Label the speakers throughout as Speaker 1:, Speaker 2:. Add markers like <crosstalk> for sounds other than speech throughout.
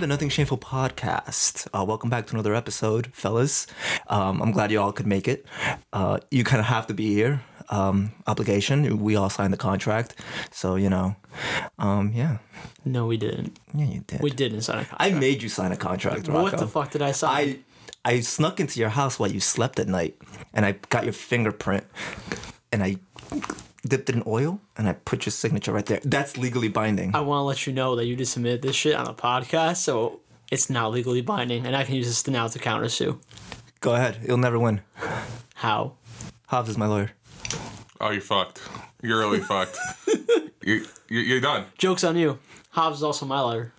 Speaker 1: the Nothing Shameful podcast. Uh, welcome back to another episode, fellas. Um, I'm glad you all could make it. Uh, you kind of have to be here. Um, obligation. We all signed the contract, so you know. Um, yeah,
Speaker 2: No, we didn't.
Speaker 1: yeah, you did.
Speaker 2: We didn't sign a contract.
Speaker 1: I made you sign a contract, Rocco.
Speaker 2: what the fuck did I sign?
Speaker 1: I I snuck into your house while you slept at night, and I got your fingerprint, and I dipped it in oil, and I put your signature right there. That's legally binding.
Speaker 2: I, want to let you know that you just submitted this shit on a podcast, so it's now legally binding, and I can use this now to counter sue.
Speaker 1: Go ahead. You'll never win.
Speaker 2: How?
Speaker 1: Hobbs is my lawyer.
Speaker 3: Oh, you fucked. You're really
Speaker 1: <laughs>
Speaker 3: fucked. You, you, you're done.
Speaker 2: Joke's on you. Hobbs is also my lawyer.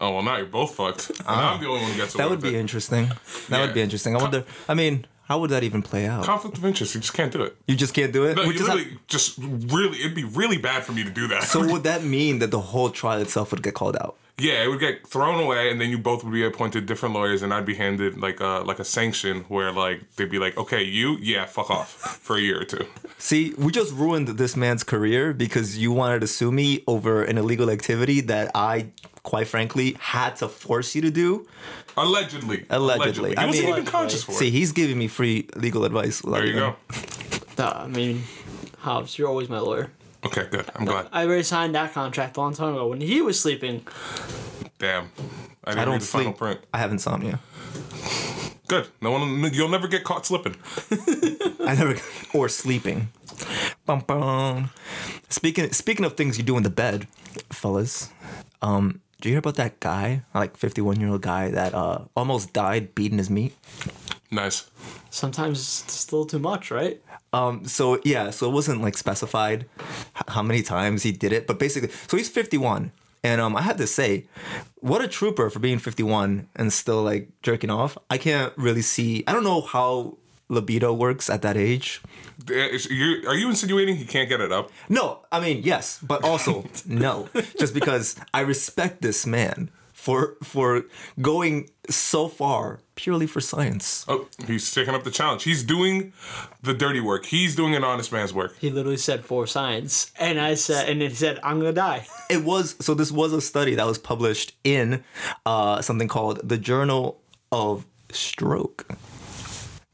Speaker 3: Oh, well, now you're both fucked. And now I'm the only one who gets away
Speaker 1: Ah. That would
Speaker 3: with
Speaker 1: be
Speaker 3: it.
Speaker 1: interesting. That would
Speaker 3: Yeah.
Speaker 1: be interesting. I wonder. I mean, how would that even play out?
Speaker 3: Conflict of interest. You just can't do it.
Speaker 1: you just can't do it.
Speaker 3: No,
Speaker 1: We
Speaker 3: you
Speaker 1: just have-
Speaker 3: literally just really, it'd be really bad for me to do that. <laughs>
Speaker 1: so would that mean that the whole trial itself would get called out?
Speaker 3: yeah, it would get thrown away, and then you both would be appointed different lawyers, and I'd be handed like a like a sanction where like they'd be like, okay, you, yeah, fuck off for a year or two.
Speaker 1: See, we just ruined this man's career because you wanted to sue me over an illegal activity that I, quite frankly, had to force you to do.
Speaker 3: Allegedly.
Speaker 1: Allegedly. I
Speaker 3: I wasn't
Speaker 1: mean-
Speaker 3: even conscious for
Speaker 1: See,
Speaker 3: it.
Speaker 1: he's giving me free legal advice.
Speaker 3: There you go.
Speaker 2: Nah, I mean, Hobbs, you're always my lawyer.
Speaker 3: Okay, good. I'm glad.
Speaker 2: I already signed that contract a long time ago when he was sleeping.
Speaker 3: Damn. I didn't
Speaker 1: I
Speaker 3: read
Speaker 1: don't
Speaker 3: the
Speaker 1: sleep.
Speaker 3: final print.
Speaker 1: I have insomnia.
Speaker 3: Good. No one. You'll never get caught slipping.
Speaker 1: I never <laughs> or sleeping. Bum, bum. Speaking speaking of things you do in the bed, fellas. Um, do you hear about that guy, like fifty one year old guy that uh almost died beating his meat?
Speaker 3: Nice.
Speaker 2: Sometimes it's still too much, right?
Speaker 1: Um, so yeah, so it wasn't like specified h- how many times he did it, but basically, so he's 51, and um, I had to say, what a trooper for being 51 and still like jerking off. I can't really see. I don't know how libido works at that age.
Speaker 3: Is- you- Are you insinuating he can't get it up?
Speaker 1: No, I mean yes, but also no, just because I respect this man for for going so far purely for science.
Speaker 3: Oh, he's taking up the challenge. He's doing the dirty work. He's doing an honest man's work.
Speaker 2: He literally said for science, and I said, and then he said, I'm gonna die. <laughs>
Speaker 1: it was so this was a study that was published in uh, something called the journal of stroke and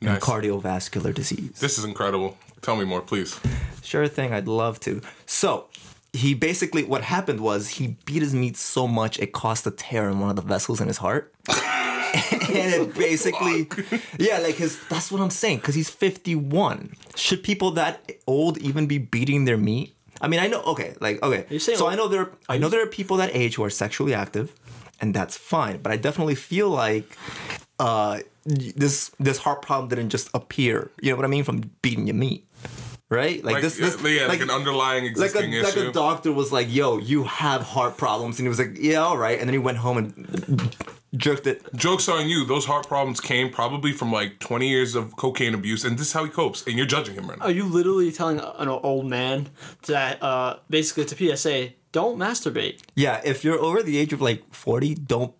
Speaker 3: Nice.
Speaker 1: cardiovascular disease
Speaker 3: This is incredible. Tell me more, please.
Speaker 1: sure thing i'd love to so he basically what happened was he beat his meat so much it caused a tear in one of the vessels in his heart <laughs> and it basically yeah like his that's what i'm saying because he's 51 should people that old even be beating their meat i mean i know okay like okay
Speaker 2: You're saying-
Speaker 1: so i know there i know there are people that age who are sexually active and that's fine but i definitely feel like uh y- this this heart problem didn't just appear you know what i mean from beating your meat right like,
Speaker 3: Like,
Speaker 1: this, this
Speaker 3: uh, yeah, like, an underlying
Speaker 1: like a,
Speaker 3: existing
Speaker 1: like
Speaker 3: issue.
Speaker 1: a doctor was like, "Yo, you have heart problems," and he was like, "Yeah, all right," and then he went home and jerked it.
Speaker 3: Jokes on you. Those heart problems came probably from like 20 years of cocaine abuse, and this is how he copes. And you're judging him right now.
Speaker 2: Are you literally telling an old man that uh, basically it's a PSA? Don't masturbate.
Speaker 1: Yeah, if you're over the age of like forty, don't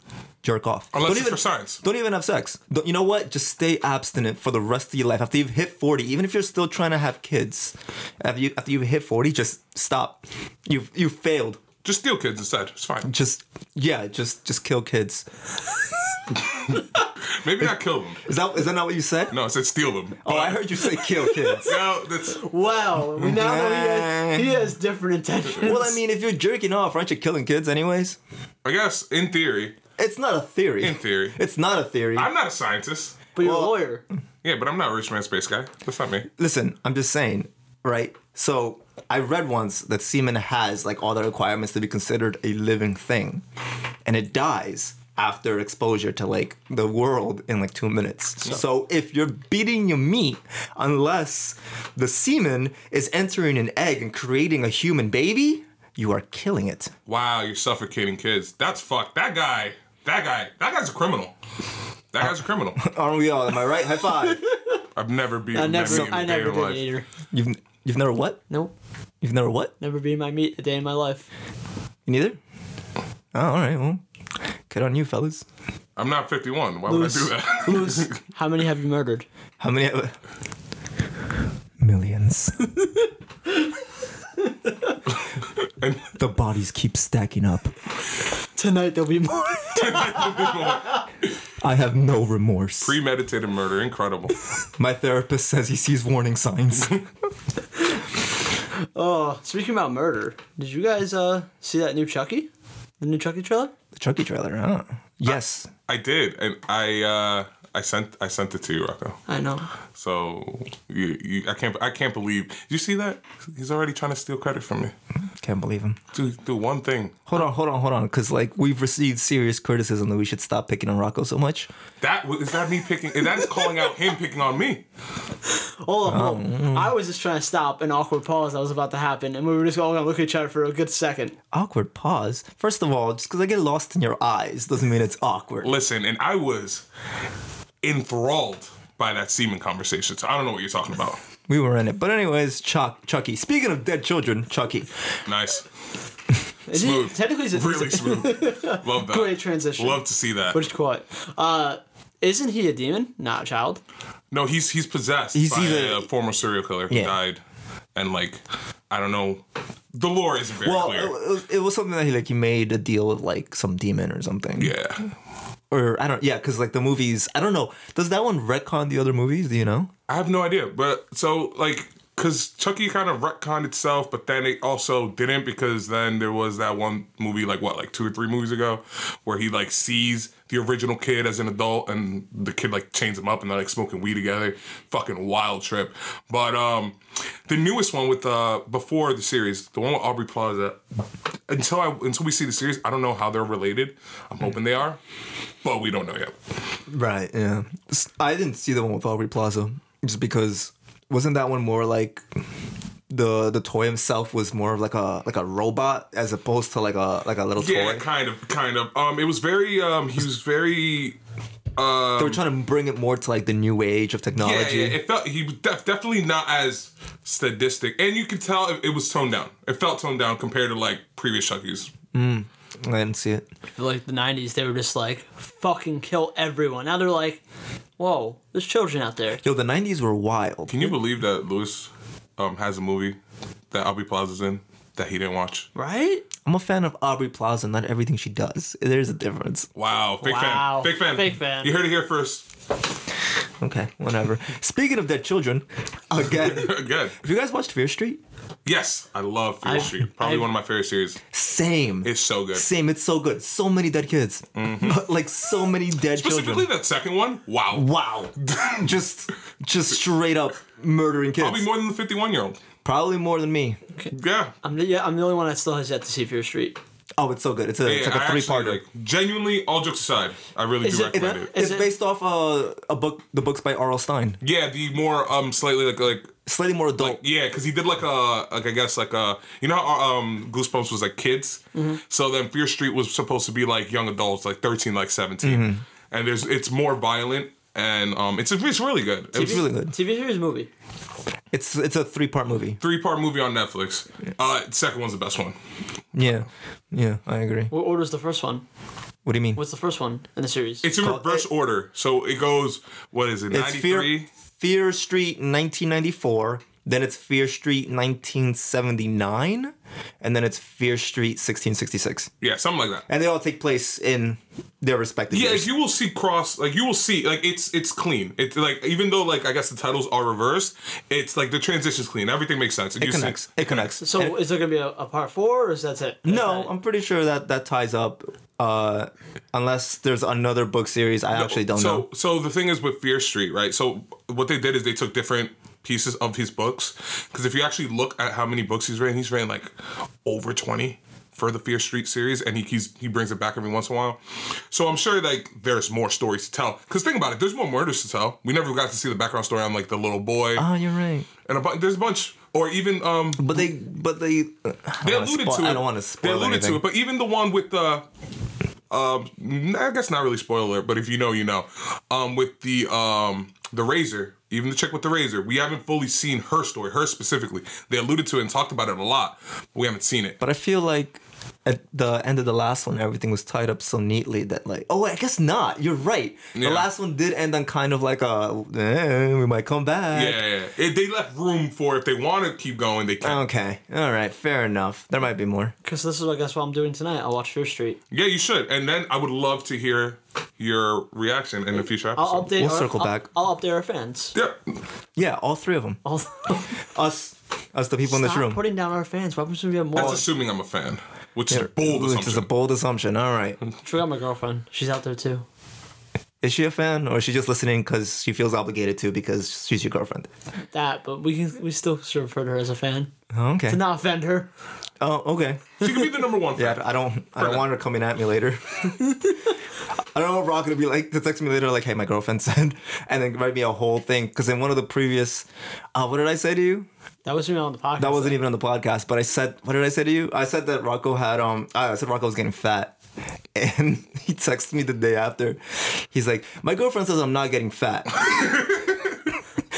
Speaker 1: jerk off.
Speaker 3: Unless
Speaker 1: don't
Speaker 3: it's for science.
Speaker 1: Don't even have sex. Don't, you know what? Just stay abstinent for the rest of your life. After you've hit forty, even if you're still trying to have kids, after you after you've hit forty, just stop. You've you failed.
Speaker 3: Just steal kids instead. It's fine.
Speaker 1: Just yeah, just just kill kids.
Speaker 3: Maybe not kill them.
Speaker 1: Is that is that not what you said?
Speaker 3: No, I said steal them.
Speaker 1: Oh, I heard you say kill kids.
Speaker 3: <laughs> No, that's
Speaker 2: Wow, we now know he has, he has different intentions.
Speaker 1: well, I mean, if you're jerking off, aren't you killing kids anyways?
Speaker 3: I guess in theory.
Speaker 1: It's not a theory.
Speaker 3: In theory.
Speaker 1: It's not a theory.
Speaker 3: I'm not a scientist.
Speaker 2: but you're a
Speaker 1: well-
Speaker 2: lawyer.
Speaker 3: Yeah, but I'm not a rich man space guy. That's not me.
Speaker 1: Listen, I'm just saying, right? So I read once that semen has like all the requirements to be considered a living thing, and it dies after exposure to like the world in like two minutes. So if you're beating your meat, unless the semen is entering an egg and creating a human baby, you are killing it.
Speaker 3: Wow, you're suffocating kids. That's fucked. That guy. That guy. That guy's a criminal. That guy's a criminal.
Speaker 1: Aren't we all? Am I right? High five.
Speaker 3: I've never been.
Speaker 2: I never,
Speaker 3: been in a
Speaker 2: I
Speaker 3: day
Speaker 2: never
Speaker 3: in
Speaker 2: did
Speaker 3: life.
Speaker 2: it either.
Speaker 1: <laughs> You've you've never what?
Speaker 2: Nope,
Speaker 1: You've never what?
Speaker 2: never beat my meat a day in my life.
Speaker 1: You neither? Oh, all right. Well, good on you, fellas.
Speaker 3: I'm not 51. Why
Speaker 2: Lose.
Speaker 3: would I do <laughs> that?
Speaker 2: Who's? How many have you murdered?
Speaker 1: How many? Millions. <laughs> the bodies keep stacking up.
Speaker 2: Tonight there'll be more.
Speaker 1: I have no remorse.
Speaker 3: Premeditated murder, incredible.
Speaker 1: My therapist says he sees warning signs.
Speaker 2: <laughs> Oh, speaking about murder, did you guys uh see that new Chucky? The new Chucky trailer?
Speaker 1: the Chucky trailer, huh? Yes.
Speaker 3: I did, and I uh, I sent I sent it to you, Rocco.
Speaker 2: I know.
Speaker 3: So you, you I can't I can't believe did you see that he's already trying to steal credit from me.
Speaker 1: Can't believe him.
Speaker 3: Do do one thing.
Speaker 1: Hold on, hold on, hold on. Because, like, we've received serious criticism that we should stop picking on Rocco so much.
Speaker 3: That was- is that me picking? That is calling out him picking on me.
Speaker 2: Hold on, hold on. Oh, I was just trying to stop an awkward pause that was about to happen, and we were just all gonna look at each other for a good second.
Speaker 1: Awkward pause. First of all, just because I get lost in your eyes doesn't mean it's awkward.
Speaker 3: Listen, and I was enthralled by that semen conversation. So I don't know what you're talking about.
Speaker 1: We were in it. But, anyways, Chuck, Chucky. Speaking of dead children, Chucky.
Speaker 3: Nice,
Speaker 2: Is it-
Speaker 3: smooth,
Speaker 2: technically, it's a, <laughs>
Speaker 3: really smooth. Love that.
Speaker 2: Great transition.
Speaker 3: Love to see that.
Speaker 2: Which quite. Uh, isn't he a demon? Not a child.
Speaker 3: No, he's he's possessed
Speaker 1: He's
Speaker 3: by
Speaker 1: either-
Speaker 3: a former serial killer who
Speaker 1: Yeah.
Speaker 3: died, and like I don't know, the lore isn't very
Speaker 1: Well,
Speaker 2: uh,
Speaker 3: clear.
Speaker 1: it, was- it was something that he, like, he made a deal with, like, some demon or something.
Speaker 3: yeah,
Speaker 1: Or, I don't, yeah, because, like, the movies, I don't know. Does that one retcon the other movies? Do you know?
Speaker 3: I have no idea, but so like because Chucky kind of retconned itself, but then it also didn't because then there was that one movie like what like two or three movies ago where he like sees the original kid as an adult and the kid like chains him up and they're like smoking weed together. Fucking wild trip. But um the newest one with uh before the series, the one with Aubrey Plaza. Until I until we see the series, I don't know how they're related. I'm hoping they are, but we don't know yet.
Speaker 1: Right. Yeah. S- I didn't see the one with Aubrey Plaza just because wasn't that one more like the the toy himself was more of like a like a robot as opposed to like a like a little
Speaker 3: Yeah,
Speaker 1: toy.
Speaker 3: kind of, kind of. Um, it was very. Um, he was very.
Speaker 1: they were trying to bring it more to like the new age of
Speaker 3: Yeah,
Speaker 1: technology.
Speaker 3: yeah. It felt he was def- definitely not as sadistic, and you could tell it, it was toned down. It felt toned down compared to like previous Chucky's.
Speaker 1: I didn't see it.
Speaker 2: Like the '90s, they were just like fucking kill everyone. Now they're like, whoa, there's children out there.
Speaker 1: Yo, the '90s were wild.
Speaker 3: Can you believe that Lewis um, has a movie that Aubrey Plaza's in that he didn't watch?
Speaker 2: Right?
Speaker 1: I'm a fan of Aubrey Plaza, not everything she does. There's a difference.
Speaker 3: Wow, big
Speaker 2: Wow.
Speaker 3: fan, big fan,
Speaker 2: Big fan.
Speaker 3: You heard it here first. <laughs>
Speaker 1: Okay, whatever. Speaking of dead children,
Speaker 3: <laughs>
Speaker 1: again, have
Speaker 3: Good.
Speaker 1: you guys watched Fear Street?
Speaker 3: Yes, I love Fear
Speaker 2: I-
Speaker 3: Street. Probably
Speaker 2: I-
Speaker 3: one of my favorite series.
Speaker 1: Same.
Speaker 3: It's so good.
Speaker 1: Same. It's so good. So many dead kids. <laughs> like so many dead children.
Speaker 3: Mm-hmm. Specifically that second one. Wow. <laughs>
Speaker 1: Wow. just just straight up murdering kids.
Speaker 3: Probably more than the 51 year old.
Speaker 1: Probably more than me.
Speaker 3: Yeah.
Speaker 2: I'm the, yeah, I'm the only one that still has yet to see Fear Street.
Speaker 1: Oh, it's so good. It's a it's like
Speaker 3: I
Speaker 1: a three
Speaker 3: actually,
Speaker 1: parter.
Speaker 3: like, genuinely, all jokes aside, I really
Speaker 2: Is
Speaker 3: do
Speaker 2: it-
Speaker 3: recommend
Speaker 2: is
Speaker 3: it.
Speaker 2: it-
Speaker 1: it's based off uh, a book the books by R.L. Stein.
Speaker 3: Yeah, the more um slightly like like
Speaker 1: Slightly more adult.
Speaker 3: yeah, because he did like a like I guess like a you know how, um Goosebumps was like kids,
Speaker 2: Mm-hmm.
Speaker 3: so then Fear Street was supposed to be like young adults, like thirteen, like 17
Speaker 1: Mm-hmm.
Speaker 3: and there's it's more violent and um it's it's really good. It was
Speaker 1: it's really good.
Speaker 2: TV series movie.
Speaker 1: It's it's a three part movie.
Speaker 3: three part movie on Netflix. Uh, second one's the best one.
Speaker 1: Yeah. Yeah, I agree.
Speaker 2: What order's the first one?
Speaker 1: What do you mean?
Speaker 2: What's the first one in the series?
Speaker 3: It's in
Speaker 1: Called-
Speaker 3: reverse
Speaker 1: it-
Speaker 3: order, so it goes what is it
Speaker 1: It's
Speaker 3: ninety
Speaker 1: Fear
Speaker 3: three.
Speaker 1: Fear Street 1994. Then it's Fear Street 1979, and then it's Fear Street 1666,
Speaker 3: Yeah, something like that.
Speaker 1: and they all take place in their respective
Speaker 3: Yeah,
Speaker 1: years.
Speaker 3: like you will see cross, like you will see, like it's it's clean. It's like even though like I guess the titles are reversed, it's like the transition's clean. Everything makes sense.
Speaker 1: It connects. It connects.
Speaker 2: so is there gonna be a, a part four, or is that it? That's
Speaker 1: No,
Speaker 2: it?
Speaker 1: I'm pretty sure that that ties up. Uh, unless there's another book series, I actually don't
Speaker 3: so,
Speaker 1: know.
Speaker 3: So the thing is with Fear Street, right? So what they did is they took different pieces of his books because if you actually look at how many books he's written, he's written like over twenty for the Fear Street series, and he keeps he brings it back every once in a while. So I'm sure like there's more stories to tell. Because think about it, there's more murders to tell. We never got to see the background story on like the little boy
Speaker 1: Oh, you're right.
Speaker 3: and a bu- there's a bunch. Or even um,
Speaker 1: But they, but they,
Speaker 3: they alluded to it.
Speaker 1: I don't want to spoil
Speaker 3: They alluded
Speaker 1: anything.
Speaker 3: to it, but even the one with the, um, I guess not really spoiler, but if you know, you know, um, with the um the razor, even the chick with the razor, we haven't fully seen her story, her specifically. They alluded to it and talked about it a lot, but we haven't seen it.
Speaker 1: But I feel like at the end of the last one, everything was tied up so neatly that like, oh, I guess not. You're right.
Speaker 3: Yeah.
Speaker 1: The last one did end on kind of like a, eh, we might come back.
Speaker 3: Yeah, yeah, yeah. It, they left room for if they want to keep going, they can.
Speaker 1: Okay. All right. Fair enough. There might be more.
Speaker 2: Because this is, I guess, what I'm doing tonight. I'll watch Fear Street.
Speaker 3: yeah, you should. And then I would love to hear your reaction in the future episode.
Speaker 2: I'll update.
Speaker 1: We'll
Speaker 2: our,
Speaker 1: circle
Speaker 2: I'll-
Speaker 1: back.
Speaker 2: I'll update our
Speaker 1: <laughs>
Speaker 2: fans.
Speaker 3: yeah.
Speaker 1: Yeah, all three of them.
Speaker 2: I'll,
Speaker 1: Us, us, the people in this
Speaker 2: stop
Speaker 1: room.
Speaker 2: putting down our fans. Why would we have
Speaker 3: That's
Speaker 2: more?
Speaker 3: assuming I'm a fan, which is
Speaker 1: Which
Speaker 3: a bold assumption.
Speaker 1: is a bold assumption. All right.
Speaker 2: Forgot my girlfriend. She's out there too.
Speaker 1: Is she a fan or is she just listening because she feels obligated to because she's your girlfriend?
Speaker 2: That, but we can we still should refer to her as a
Speaker 1: <laughs>
Speaker 2: fan
Speaker 1: Oh, okay.
Speaker 2: to not offend her.
Speaker 1: Oh, okay.
Speaker 3: she could be the number one fan.
Speaker 1: <laughs> Yeah, I don't. I don't want her coming at me later. <laughs> I don't know if Rock gonna be like to text me later, like, "Hey, my girlfriend said," <laughs> and then write me a whole thing. Because in one of the previous, uh, what did I say to you?
Speaker 2: That was me on the podcast.
Speaker 1: That wasn't even on the podcast, but I said, "What did I say to you?" I said that Rocco had um. I said Rocco was getting fat, <laughs> and he texted me the day after. He's like, "My girlfriend says I'm not getting fat." <laughs>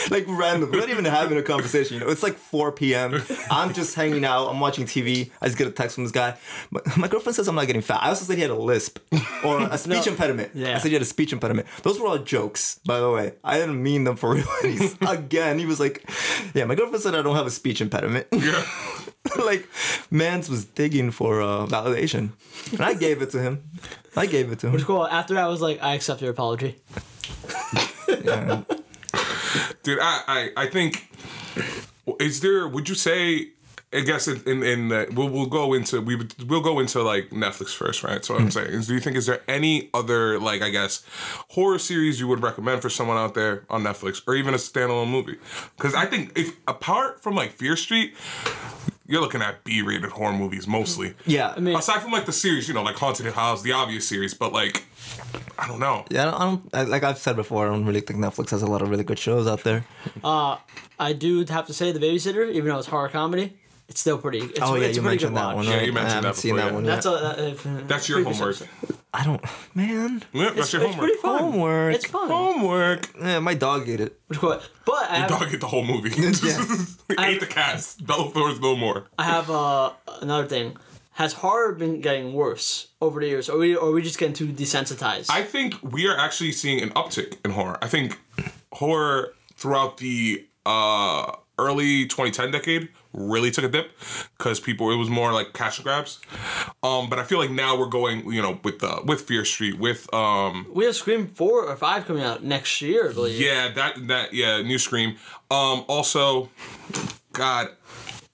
Speaker 1: Like random, we're not even having a conversation. You know, it's like 4 p.m. I'm just hanging out. I'm watching TV. I just get a text from this guy. My, my girlfriend says I'm not getting fat. I also said he had a lisp <laughs> or a speech impediment.
Speaker 2: Yeah.
Speaker 1: I said he had a speech impediment. Those were all jokes, by the way. I didn't mean them for <laughs> real. And he's- Again, he was like, "Yeah, my girlfriend said I don't have a speech impediment." <laughs>
Speaker 3: Yeah.
Speaker 1: like Mans was digging for uh, validation, and I gave it to him. I gave it to him.
Speaker 2: cool. After that, I was like, I accept your apology.
Speaker 3: dude I, I i think is there would you say i guess in in, in the, we'll, we'll go into we would- we'll go into like netflix first right so what
Speaker 1: Hmm.
Speaker 3: i'm saying is do you think is there any other like i guess horror series you would recommend for someone out there on netflix or even a standalone movie because i think if apart from like fear street you're looking at b-rated horror movies mostly
Speaker 1: Hmm. Yeah, I
Speaker 2: mean-
Speaker 3: aside from like the series you know like haunted house the obvious series but like i don't know
Speaker 1: yeah, I don't, I don't I, like I've said before. I don't really think Netflix has a lot of really good shows out there.
Speaker 2: I do have to say, The Babysitter, even though it's horror comedy, it's still pretty. It's,
Speaker 1: oh yeah,
Speaker 2: it's
Speaker 1: you
Speaker 2: a pretty
Speaker 1: mentioned
Speaker 2: good
Speaker 1: that
Speaker 2: watch.
Speaker 1: one.
Speaker 3: Yeah,
Speaker 1: Right?
Speaker 3: you mentioned
Speaker 1: I haven't
Speaker 3: that
Speaker 1: seen that
Speaker 3: before, yeah.
Speaker 1: one.
Speaker 2: That's
Speaker 1: yet.
Speaker 2: a, that, if- uh,
Speaker 3: that's your
Speaker 2: previous
Speaker 3: homework
Speaker 2: episode.
Speaker 1: I don't, man.
Speaker 3: yeah, that's your
Speaker 2: It's
Speaker 3: homework
Speaker 2: pretty fun.
Speaker 1: Homework.
Speaker 2: It's fun.
Speaker 3: homework
Speaker 1: Yeah, my dog ate it.
Speaker 2: Which cool. But I have,
Speaker 3: Dog ate the whole <laughs> movie.
Speaker 1: Yeah.
Speaker 2: I-
Speaker 3: ate the cast. Bellator's no more.
Speaker 2: I have uh, another thing. Has horror been getting worse over the years? Or are we, or are we just getting too desensitized?
Speaker 3: I think we are actually seeing an uptick in horror. I think horror throughout the uh, early 2010 decade really took a dip because people it was more like cash grabs. Um, but I feel like now we're going, you know, with the with Fear Street, with um,
Speaker 2: we have Scream 4 or 5 coming out next year, I believe.
Speaker 3: yeah, that that yeah, new Scream. Um, also, God,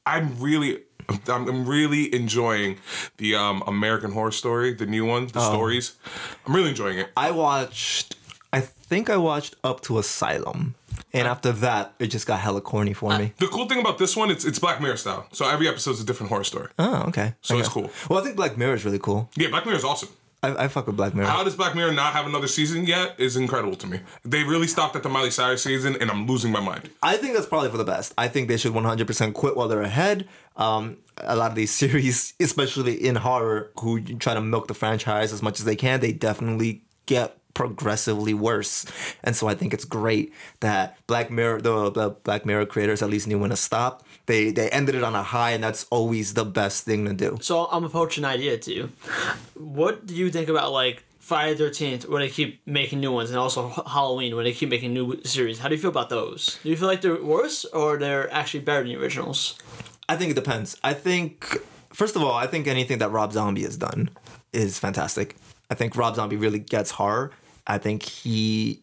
Speaker 3: I'm really. I'm, I'm really enjoying the um, American Horror Story, the new one, the stories. I'm really enjoying it.
Speaker 1: I watched. I think I watched up to Asylum, and after that, it just got hella corny for me.
Speaker 3: The cool thing about this one, it's it's Black Mirror style. So every episode's a different horror story.
Speaker 1: Oh, okay.
Speaker 3: So it's
Speaker 1: Okay.
Speaker 3: cool.
Speaker 1: Well, I think Black Mirror is really cool.
Speaker 3: Yeah, Black Mirror is awesome.
Speaker 1: I, I fuck with Black Mirror.
Speaker 3: How does Black Mirror not have another season yet is incredible to me. They really stopped at the Miley Cyrus season, and I'm losing my mind.
Speaker 1: I think that's probably for the best. I think they should 100% quit while they're ahead. Um, a lot of these <laughs> series, especially in horror, who try to milk the franchise as much as they can, they definitely get progressively worse. And so I think it's great that Black Mirror, the, the Black Mirror creators at least knew when to stop. They they ended it on a high, and that's always the best thing to do.
Speaker 2: So I'm gonna poach an idea to you. What do you think about like Friday Thirteenth, where they keep making new ones, and also H- Halloween, where they keep making new series? How do you feel about those? Do you feel like they're worse, or they're actually better than the originals?
Speaker 1: I think it depends. I think first of all, I think anything that Rob Zombie has done is fantastic. I think Rob Zombie really gets horror. I think he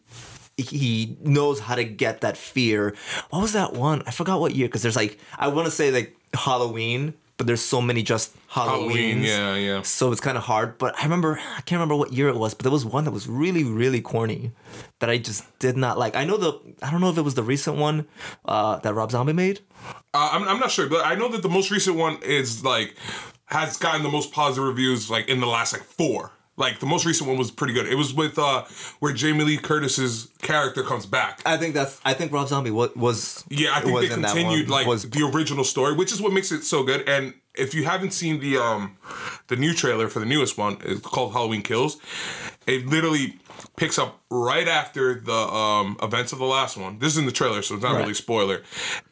Speaker 1: he knows how to get that fear. What was that one? I forgot what year because there's like I want to say like Halloween, but there's so many just
Speaker 3: Halloween,
Speaker 1: Halloweens.
Speaker 3: yeah, yeah.
Speaker 1: So it's kind of hard, but I remember I can't remember what year it was, but there was one that was really really corny that I just did not like. I know the I don't know if it was the recent one uh, that Rob Zombie made.
Speaker 3: Uh, I'm, I'm not sure, but I know that the most recent one is like has gotten the most positive reviews like in the last like four. Like the most recent one was pretty good. It was with uh where Jamie Lee Curtis's character comes back.
Speaker 1: I think that's. I think Rob Zombie was. was
Speaker 3: Yeah, I think
Speaker 1: was
Speaker 3: they
Speaker 1: in that
Speaker 3: continued
Speaker 1: one.
Speaker 3: like
Speaker 1: Was-
Speaker 3: the original story, which is what makes it so good. And if you haven't seen the um the new trailer for the newest one, it's called Halloween Kills. It literally picks up right after the um events of the last one. This is in the trailer, so it's not really a spoiler.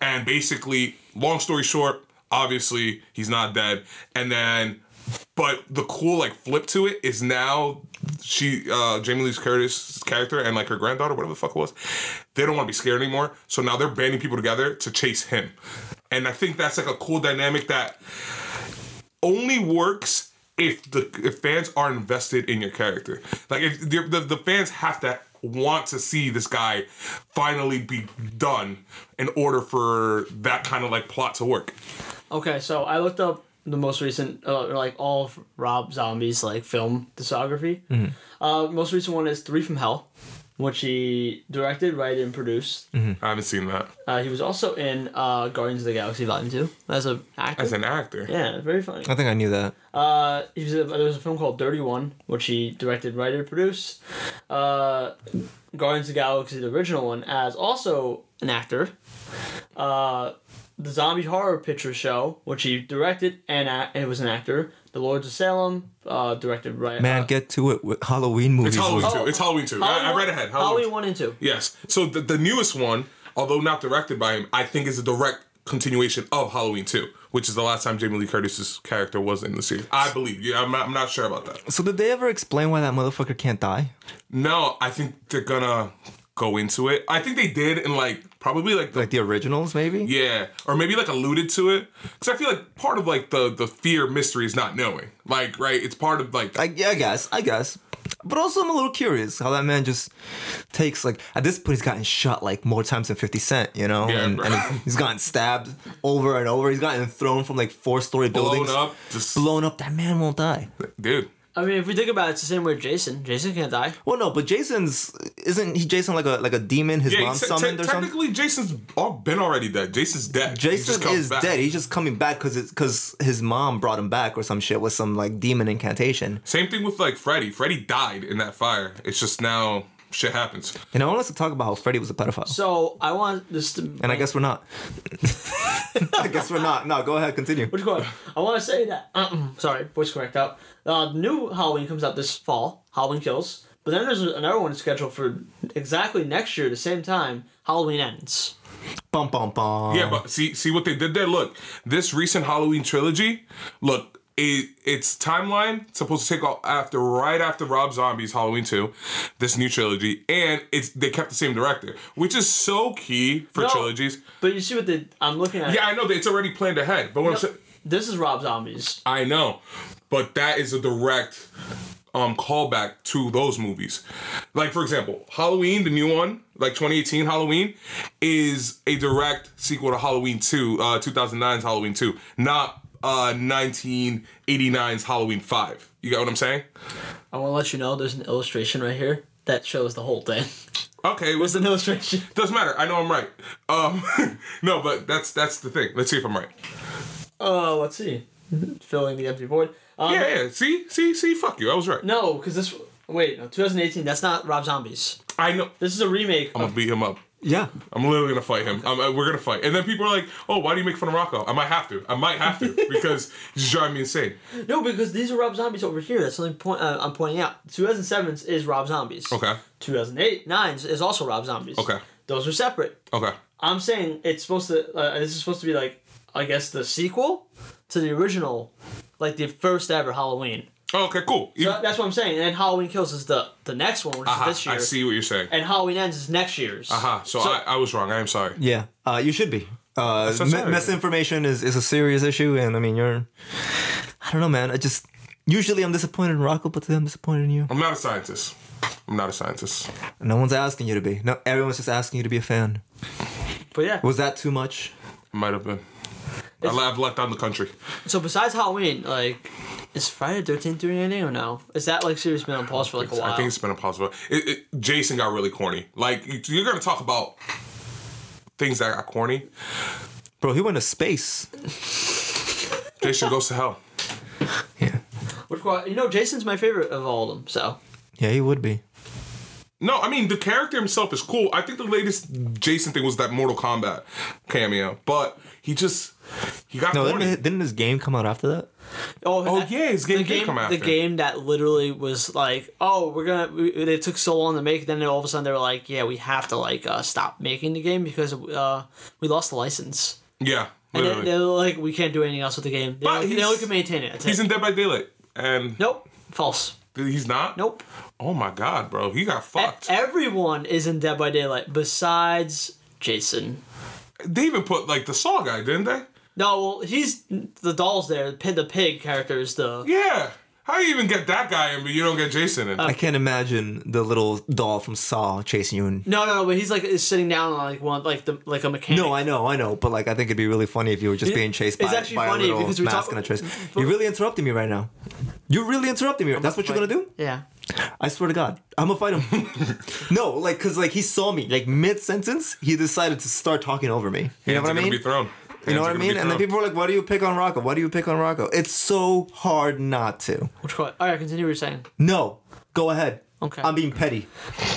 Speaker 3: And basically, long story short, obviously he's not dead. And then But the cool like flip to it is now she uh Jamie Lee Curtis character and like her granddaughter, whatever the fuck it was, they don't want to be scared anymore. So now they're banding people together to chase him. And I think that's like a cool dynamic that only works if the if fans are invested in your character. Like if the the, the fans have to want to see this guy finally be done in order for that kind of like plot to work.
Speaker 2: Okay, so I looked up the most recent, uh, like all of Rob Zombie's like film discography. Uh, most recent one is Three from Hell, which he directed, wrote, and produced.
Speaker 3: I haven't seen that
Speaker 2: Uh, he was also in uh, Guardians of the Galaxy Volume Two as an actor.
Speaker 3: as an actor.
Speaker 2: yeah, very funny.
Speaker 1: I think I knew that.
Speaker 2: Uh, he was a, there was a film called Dirty One, which he directed, wrote, and produced. Uh, Guardians of the Galaxy, the original one, as also an actor. Uh, the Zombie Horror Picture Show, which he directed and act, and was an actor. The Lords of Salem, uh, directed, right?
Speaker 1: Man, get to it with Halloween movies.
Speaker 3: It's Halloween
Speaker 1: Luke.
Speaker 3: two. It's Halloween two. I, I read ahead.
Speaker 2: Halloween uh, one and two.
Speaker 3: Yes. So the, the newest one, although not directed by him, I think is a direct continuation of Halloween 2, which is the last time Jamie Lee Curtis's character was in the series. I believe. Yeah, I'm not, I'm not sure about that.
Speaker 1: So did they ever explain why that motherfucker can't die?
Speaker 3: No, I think they're gonna go into it. I think they did in like probably like the
Speaker 1: Like the originals, maybe?
Speaker 3: yeah, or maybe like alluded to it because I feel like part of like the the fear mystery is not knowing, like right. It's part of like
Speaker 1: I, yeah, I guess, I guess. But also, I'm a little curious how that man just takes like at this point he's gotten shot like more times than Fifty Cent, you know,
Speaker 3: Yeah,
Speaker 1: and,
Speaker 3: bro.
Speaker 1: and he's gotten stabbed over and over. He's gotten thrown from like four story
Speaker 3: blown
Speaker 1: buildings,
Speaker 3: up, just
Speaker 1: blown up. That man won't die.
Speaker 3: dude.
Speaker 2: I mean, if we think about it, it's the same way with Jason. Jason can't die.
Speaker 1: Well, no, but Jason's isn't he Jason like a like a demon? His
Speaker 3: Yeah,
Speaker 1: mom
Speaker 3: te- te-
Speaker 1: summoned or something.
Speaker 3: technically, Jason's all been already dead. Jason's dead. He just
Speaker 1: Jason
Speaker 3: comes
Speaker 1: is
Speaker 3: back.
Speaker 1: dead. He's just coming back because because his mom brought him back or some shit with some like demon incantation.
Speaker 3: Same thing with like Freddy. Freddy died in that fire. It's just now shit happens.
Speaker 1: And I want us to talk about how Freddy was a pedophile.
Speaker 2: So I want this to.
Speaker 1: and I guess we're not. <laughs> I guess we're not. No, go ahead, continue.
Speaker 2: Which one? I want to say that. Uh-uh, sorry, voice correct out. Uh, the new Halloween comes out this fall. Halloween Kills. But then there's another one scheduled for exactly next year, the same time. Halloween ends.
Speaker 1: Bum bum bum.
Speaker 3: Yeah, but see, see what they did there. Look, this recent Halloween trilogy. Look, it, its timeline supposed to take off after right after Rob Zombie's Halloween two, this new trilogy, and it's they kept the same director, which is so key for
Speaker 2: No.
Speaker 3: trilogies.
Speaker 2: But you see what the I'm looking at.
Speaker 3: Yeah, I know that it's already planned ahead, but what I'm saying.
Speaker 2: This is Rob Zombies.
Speaker 3: I know, but that is a direct um callback to those movies. Like for example, Halloween, the new one, like 2018 Halloween, is a direct sequel to Halloween 2, uh 2009's Halloween 2, not uh 1989's Halloween 5. You got what I'm saying?
Speaker 2: I want to let you know there's an illustration right here that shows the whole thing. <laughs>
Speaker 3: Okay, well,
Speaker 2: It's an illustration.
Speaker 3: doesn't matter. I know I'm right. Um, <laughs> no, but that's that's the thing. Let's see if I'm right.
Speaker 2: Oh, let's see. Filling the empty void. Um,
Speaker 3: Yeah, yeah. See, see, see. Fuck you. I was right.
Speaker 2: No, because this. Wait, no, 2018. That's not Rob Zombies.
Speaker 3: I know.
Speaker 2: This is a remake.
Speaker 3: I'm gonna beat him up.
Speaker 1: Yeah.
Speaker 3: I'm literally gonna fight him. I'm, uh, we're gonna fight, and then people are like, "Oh, why do you make fun of Rocco?" I might have to. I might
Speaker 2: <laughs>
Speaker 3: have to because he's just driving me insane.
Speaker 2: No, because these are Rob Zombies over here. That's something point, uh, I'm pointing out. 2007's is Rob Zombies.
Speaker 3: Okay,
Speaker 2: 2008, 9's is also Rob Zombies.
Speaker 3: Okay.
Speaker 2: Those are separate.
Speaker 3: okay,
Speaker 2: I'm saying it's supposed to, uh, this is supposed to be like, I guess the sequel to the original, like the first ever Halloween.
Speaker 3: oh, okay, cool. You-
Speaker 2: So that's what I'm saying. And then Halloween Kills is the, the next one, which
Speaker 3: Aha,
Speaker 2: is this year.
Speaker 3: Uh-huh, I see Uh-huh. what you're saying.
Speaker 2: And Halloween Ends is next year's.
Speaker 3: Aha, so, I, I was wrong. I am sorry.
Speaker 1: Yeah. Uh, you should be. Uh,
Speaker 3: so
Speaker 1: mi-
Speaker 3: sorry.
Speaker 1: misinformation is, is a serious issue, and I mean, you're. I don't know, man. I just. Usually I'm disappointed in Rocco, but today I'm disappointed in you.
Speaker 3: I'm not a scientist. I'm not a scientist.
Speaker 1: No one's asking you to be. No, everyone's just asking you to be a fan.
Speaker 2: But yeah.
Speaker 1: Was that too much?
Speaker 3: I might have been. I le- I've left out the country.
Speaker 2: So besides Halloween, like, is Friday the 13th doing anything or no? Is that like seriously been on pause for like a while?
Speaker 3: I think it's been impossible. It, it, Jason got really corny. Like you- you're gonna talk about things that got corny.
Speaker 1: Bro, he went to space.
Speaker 3: Jason goes to hell.
Speaker 1: Yeah.
Speaker 2: Which one- You know, Jason's my favorite of all of them. So
Speaker 1: Yeah, he would be.
Speaker 3: No, I mean the character himself is cool. I think the latest Jason thing was that Mortal Kombat cameo, but he just he got
Speaker 1: No,
Speaker 3: corny.
Speaker 1: didn't, didn't his game come out after that?
Speaker 2: Oh,
Speaker 3: Oh
Speaker 2: that-
Speaker 3: yeah, his game
Speaker 2: the
Speaker 3: did
Speaker 2: game,
Speaker 3: come after.
Speaker 2: the game that literally was like, oh, we're gonna. We, they took so long to make. Then all of a sudden they were like, yeah, we have to like uh, stop making the game because uh, we lost the license.
Speaker 3: Yeah,
Speaker 2: And they-
Speaker 3: Literally.
Speaker 2: they're like, we can't do anything else with the game. They,
Speaker 3: But
Speaker 2: only, they
Speaker 3: he's-
Speaker 2: only can maintain it. That's
Speaker 3: He's
Speaker 2: it.
Speaker 3: in Dead by Daylight, and
Speaker 2: nope. False.
Speaker 3: he's not.
Speaker 2: Nope. E,
Speaker 3: Oh my god, bro, he got fucked.
Speaker 2: Everyone is in Dead by Daylight besides Jason.
Speaker 3: they even put like the Saw guy, didn't they?
Speaker 2: No, well, he's the doll's there. The pig, the pig character is the.
Speaker 3: Yeah. How you even get that guy in, but you don't get Jason
Speaker 2: Uh,
Speaker 3: in?
Speaker 1: I can't imagine the little doll from Saw chasing you. And...
Speaker 2: No, no, no. But he's like is sitting down on like one like the like a mechanic.
Speaker 1: No, I know, I know, but like I think it'd be really funny if you were just being chased by,
Speaker 2: it's actually
Speaker 1: by
Speaker 2: funny
Speaker 1: a
Speaker 2: because
Speaker 1: little
Speaker 2: we
Speaker 1: mask
Speaker 2: talk-
Speaker 1: and a <laughs> trace. You're really interrupting me right now. You're really interrupting me. That's what you're gonna do?
Speaker 2: yeah.
Speaker 1: I swear to God, I'm gonna fight him. <laughs> no, like, cause like he saw me like mid sentence, he decided to start talking over me. You know
Speaker 3: Hands
Speaker 1: what I
Speaker 3: are gonna
Speaker 1: mean?
Speaker 3: Be thrown.
Speaker 1: You know
Speaker 3: Hands
Speaker 1: what
Speaker 3: are
Speaker 1: I
Speaker 3: gonna be
Speaker 1: mean? And then
Speaker 3: thrown.
Speaker 1: people were like, "Why do you pick on Rocco? Why do you pick on Rocco?" It's so hard not to.
Speaker 2: Which one? All right, continue. What you're saying.
Speaker 1: No, go ahead.
Speaker 2: Okay.
Speaker 1: I'm being petty.
Speaker 2: <laughs>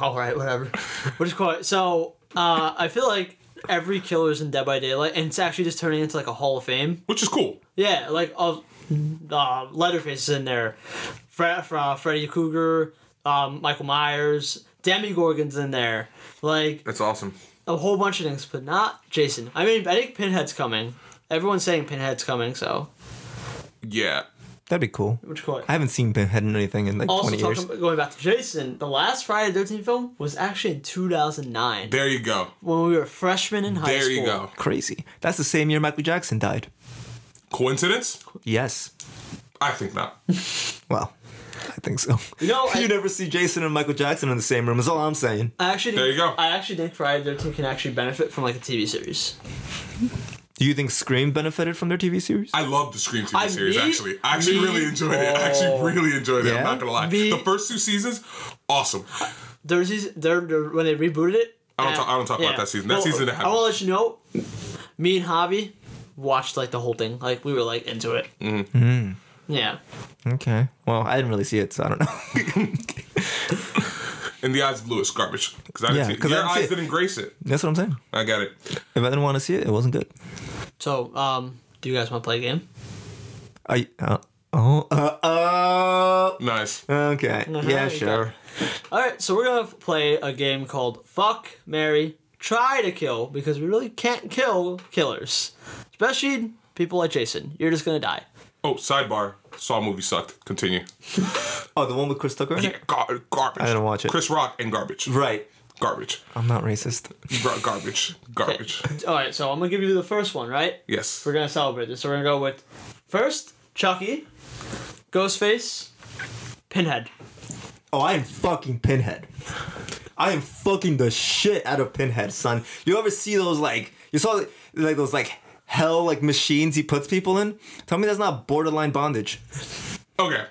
Speaker 2: All right, whatever. Which is quite so. Uh, I feel like every killer is in Dead by Daylight, and it's actually just turning into like a Hall of Fame.
Speaker 3: Which is cool.
Speaker 2: Yeah, like uh, uh, Leatherface is in there, Fre- Fre- uh, Freddy Krueger, um, Michael Myers, Demi Gorgon's in there, like
Speaker 3: That's awesome.
Speaker 2: a whole bunch of things, but not Jason. I mean, I think Pinhead's coming. Everyone's saying Pinhead's coming, so
Speaker 3: Yeah.
Speaker 1: That'd be cool.
Speaker 2: which quite.
Speaker 1: I haven't seen Pinhead in anything in like
Speaker 2: also,
Speaker 1: 20 years.
Speaker 2: talking about, going back to Jason, the last Friday the 13th film was actually in 2009
Speaker 3: There you go.
Speaker 2: when we were freshmen in high
Speaker 3: There
Speaker 2: school.
Speaker 3: you go.
Speaker 1: Crazy. That's the same year Michael Jackson died.
Speaker 3: Coincidence?
Speaker 1: Yes.
Speaker 3: I think not.
Speaker 1: Well, I think so.
Speaker 2: You know,
Speaker 1: <laughs>
Speaker 2: I-
Speaker 1: you never see Jason and Michael Jackson in the same room. Is all I'm saying.
Speaker 2: I actually
Speaker 3: There you
Speaker 2: think-
Speaker 3: go.
Speaker 2: I actually think Friday the 13th can actually benefit from like a TV series.
Speaker 1: Do you think Scream benefited from their TV series?
Speaker 3: I love the Scream TV
Speaker 2: I-
Speaker 3: series,
Speaker 2: me-
Speaker 3: actually. I actually
Speaker 2: me-
Speaker 3: really enjoyed it. I actually really enjoyed it.
Speaker 1: Yeah?
Speaker 3: I'm not gonna lie.
Speaker 2: Me-
Speaker 3: the first two seasons, awesome.
Speaker 2: There's these there there- when they rebooted it.
Speaker 3: I don't talk- I don't talk about that season. That season didn't happen.
Speaker 2: I want to let you know. Me and Javi watched like the whole thing. Like we were like into it. Mm.
Speaker 3: Mm-hmm.
Speaker 2: Yeah.
Speaker 1: Okay. Well, I didn't really see it, so I don't know. <laughs>
Speaker 3: In the eyes of Lewis, garbage. Because I didn't
Speaker 1: Yeah,
Speaker 3: see it.
Speaker 1: 'cause I
Speaker 3: Your
Speaker 1: didn't see
Speaker 3: eyes
Speaker 1: it.
Speaker 3: didn't grace it.
Speaker 1: That's what I'm saying.
Speaker 3: I got it.
Speaker 1: If I didn't want to see it, it wasn't good.
Speaker 2: So um, do you guys want to play a game?
Speaker 1: I. Uh, oh. Uh.
Speaker 3: Nice.
Speaker 1: Uh. Okay. Yeah.
Speaker 2: okay.
Speaker 1: Sure.
Speaker 2: All right. So we're gonna f- play a game called Fuck Mary Try to Kill because we really can't kill killers, especially people like Jason. You're just gonna die.
Speaker 3: Oh, sidebar. Saw movie sucked. Continue.
Speaker 1: Oh, the one with Chris Tucker. in it?
Speaker 3: Gar- garbage.
Speaker 1: I didn't watch it.
Speaker 3: Chris Rock and garbage.
Speaker 1: Right. <laughs>
Speaker 3: Garbage.
Speaker 1: I'm not racist.
Speaker 3: Gar- garbage. Garbage.
Speaker 2: <laughs> All right. So I'm gonna give you the first one. Right.
Speaker 3: Yes.
Speaker 2: We're gonna celebrate this. So we're gonna go with first Chucky, Ghostface, Pinhead.
Speaker 1: Oh, I am fucking Pinhead. I am fucking the shit out of Pinhead, son. You ever see those like you saw like those like hell like machines he puts people in? Tell me that's not borderline bondage.
Speaker 3: Okay.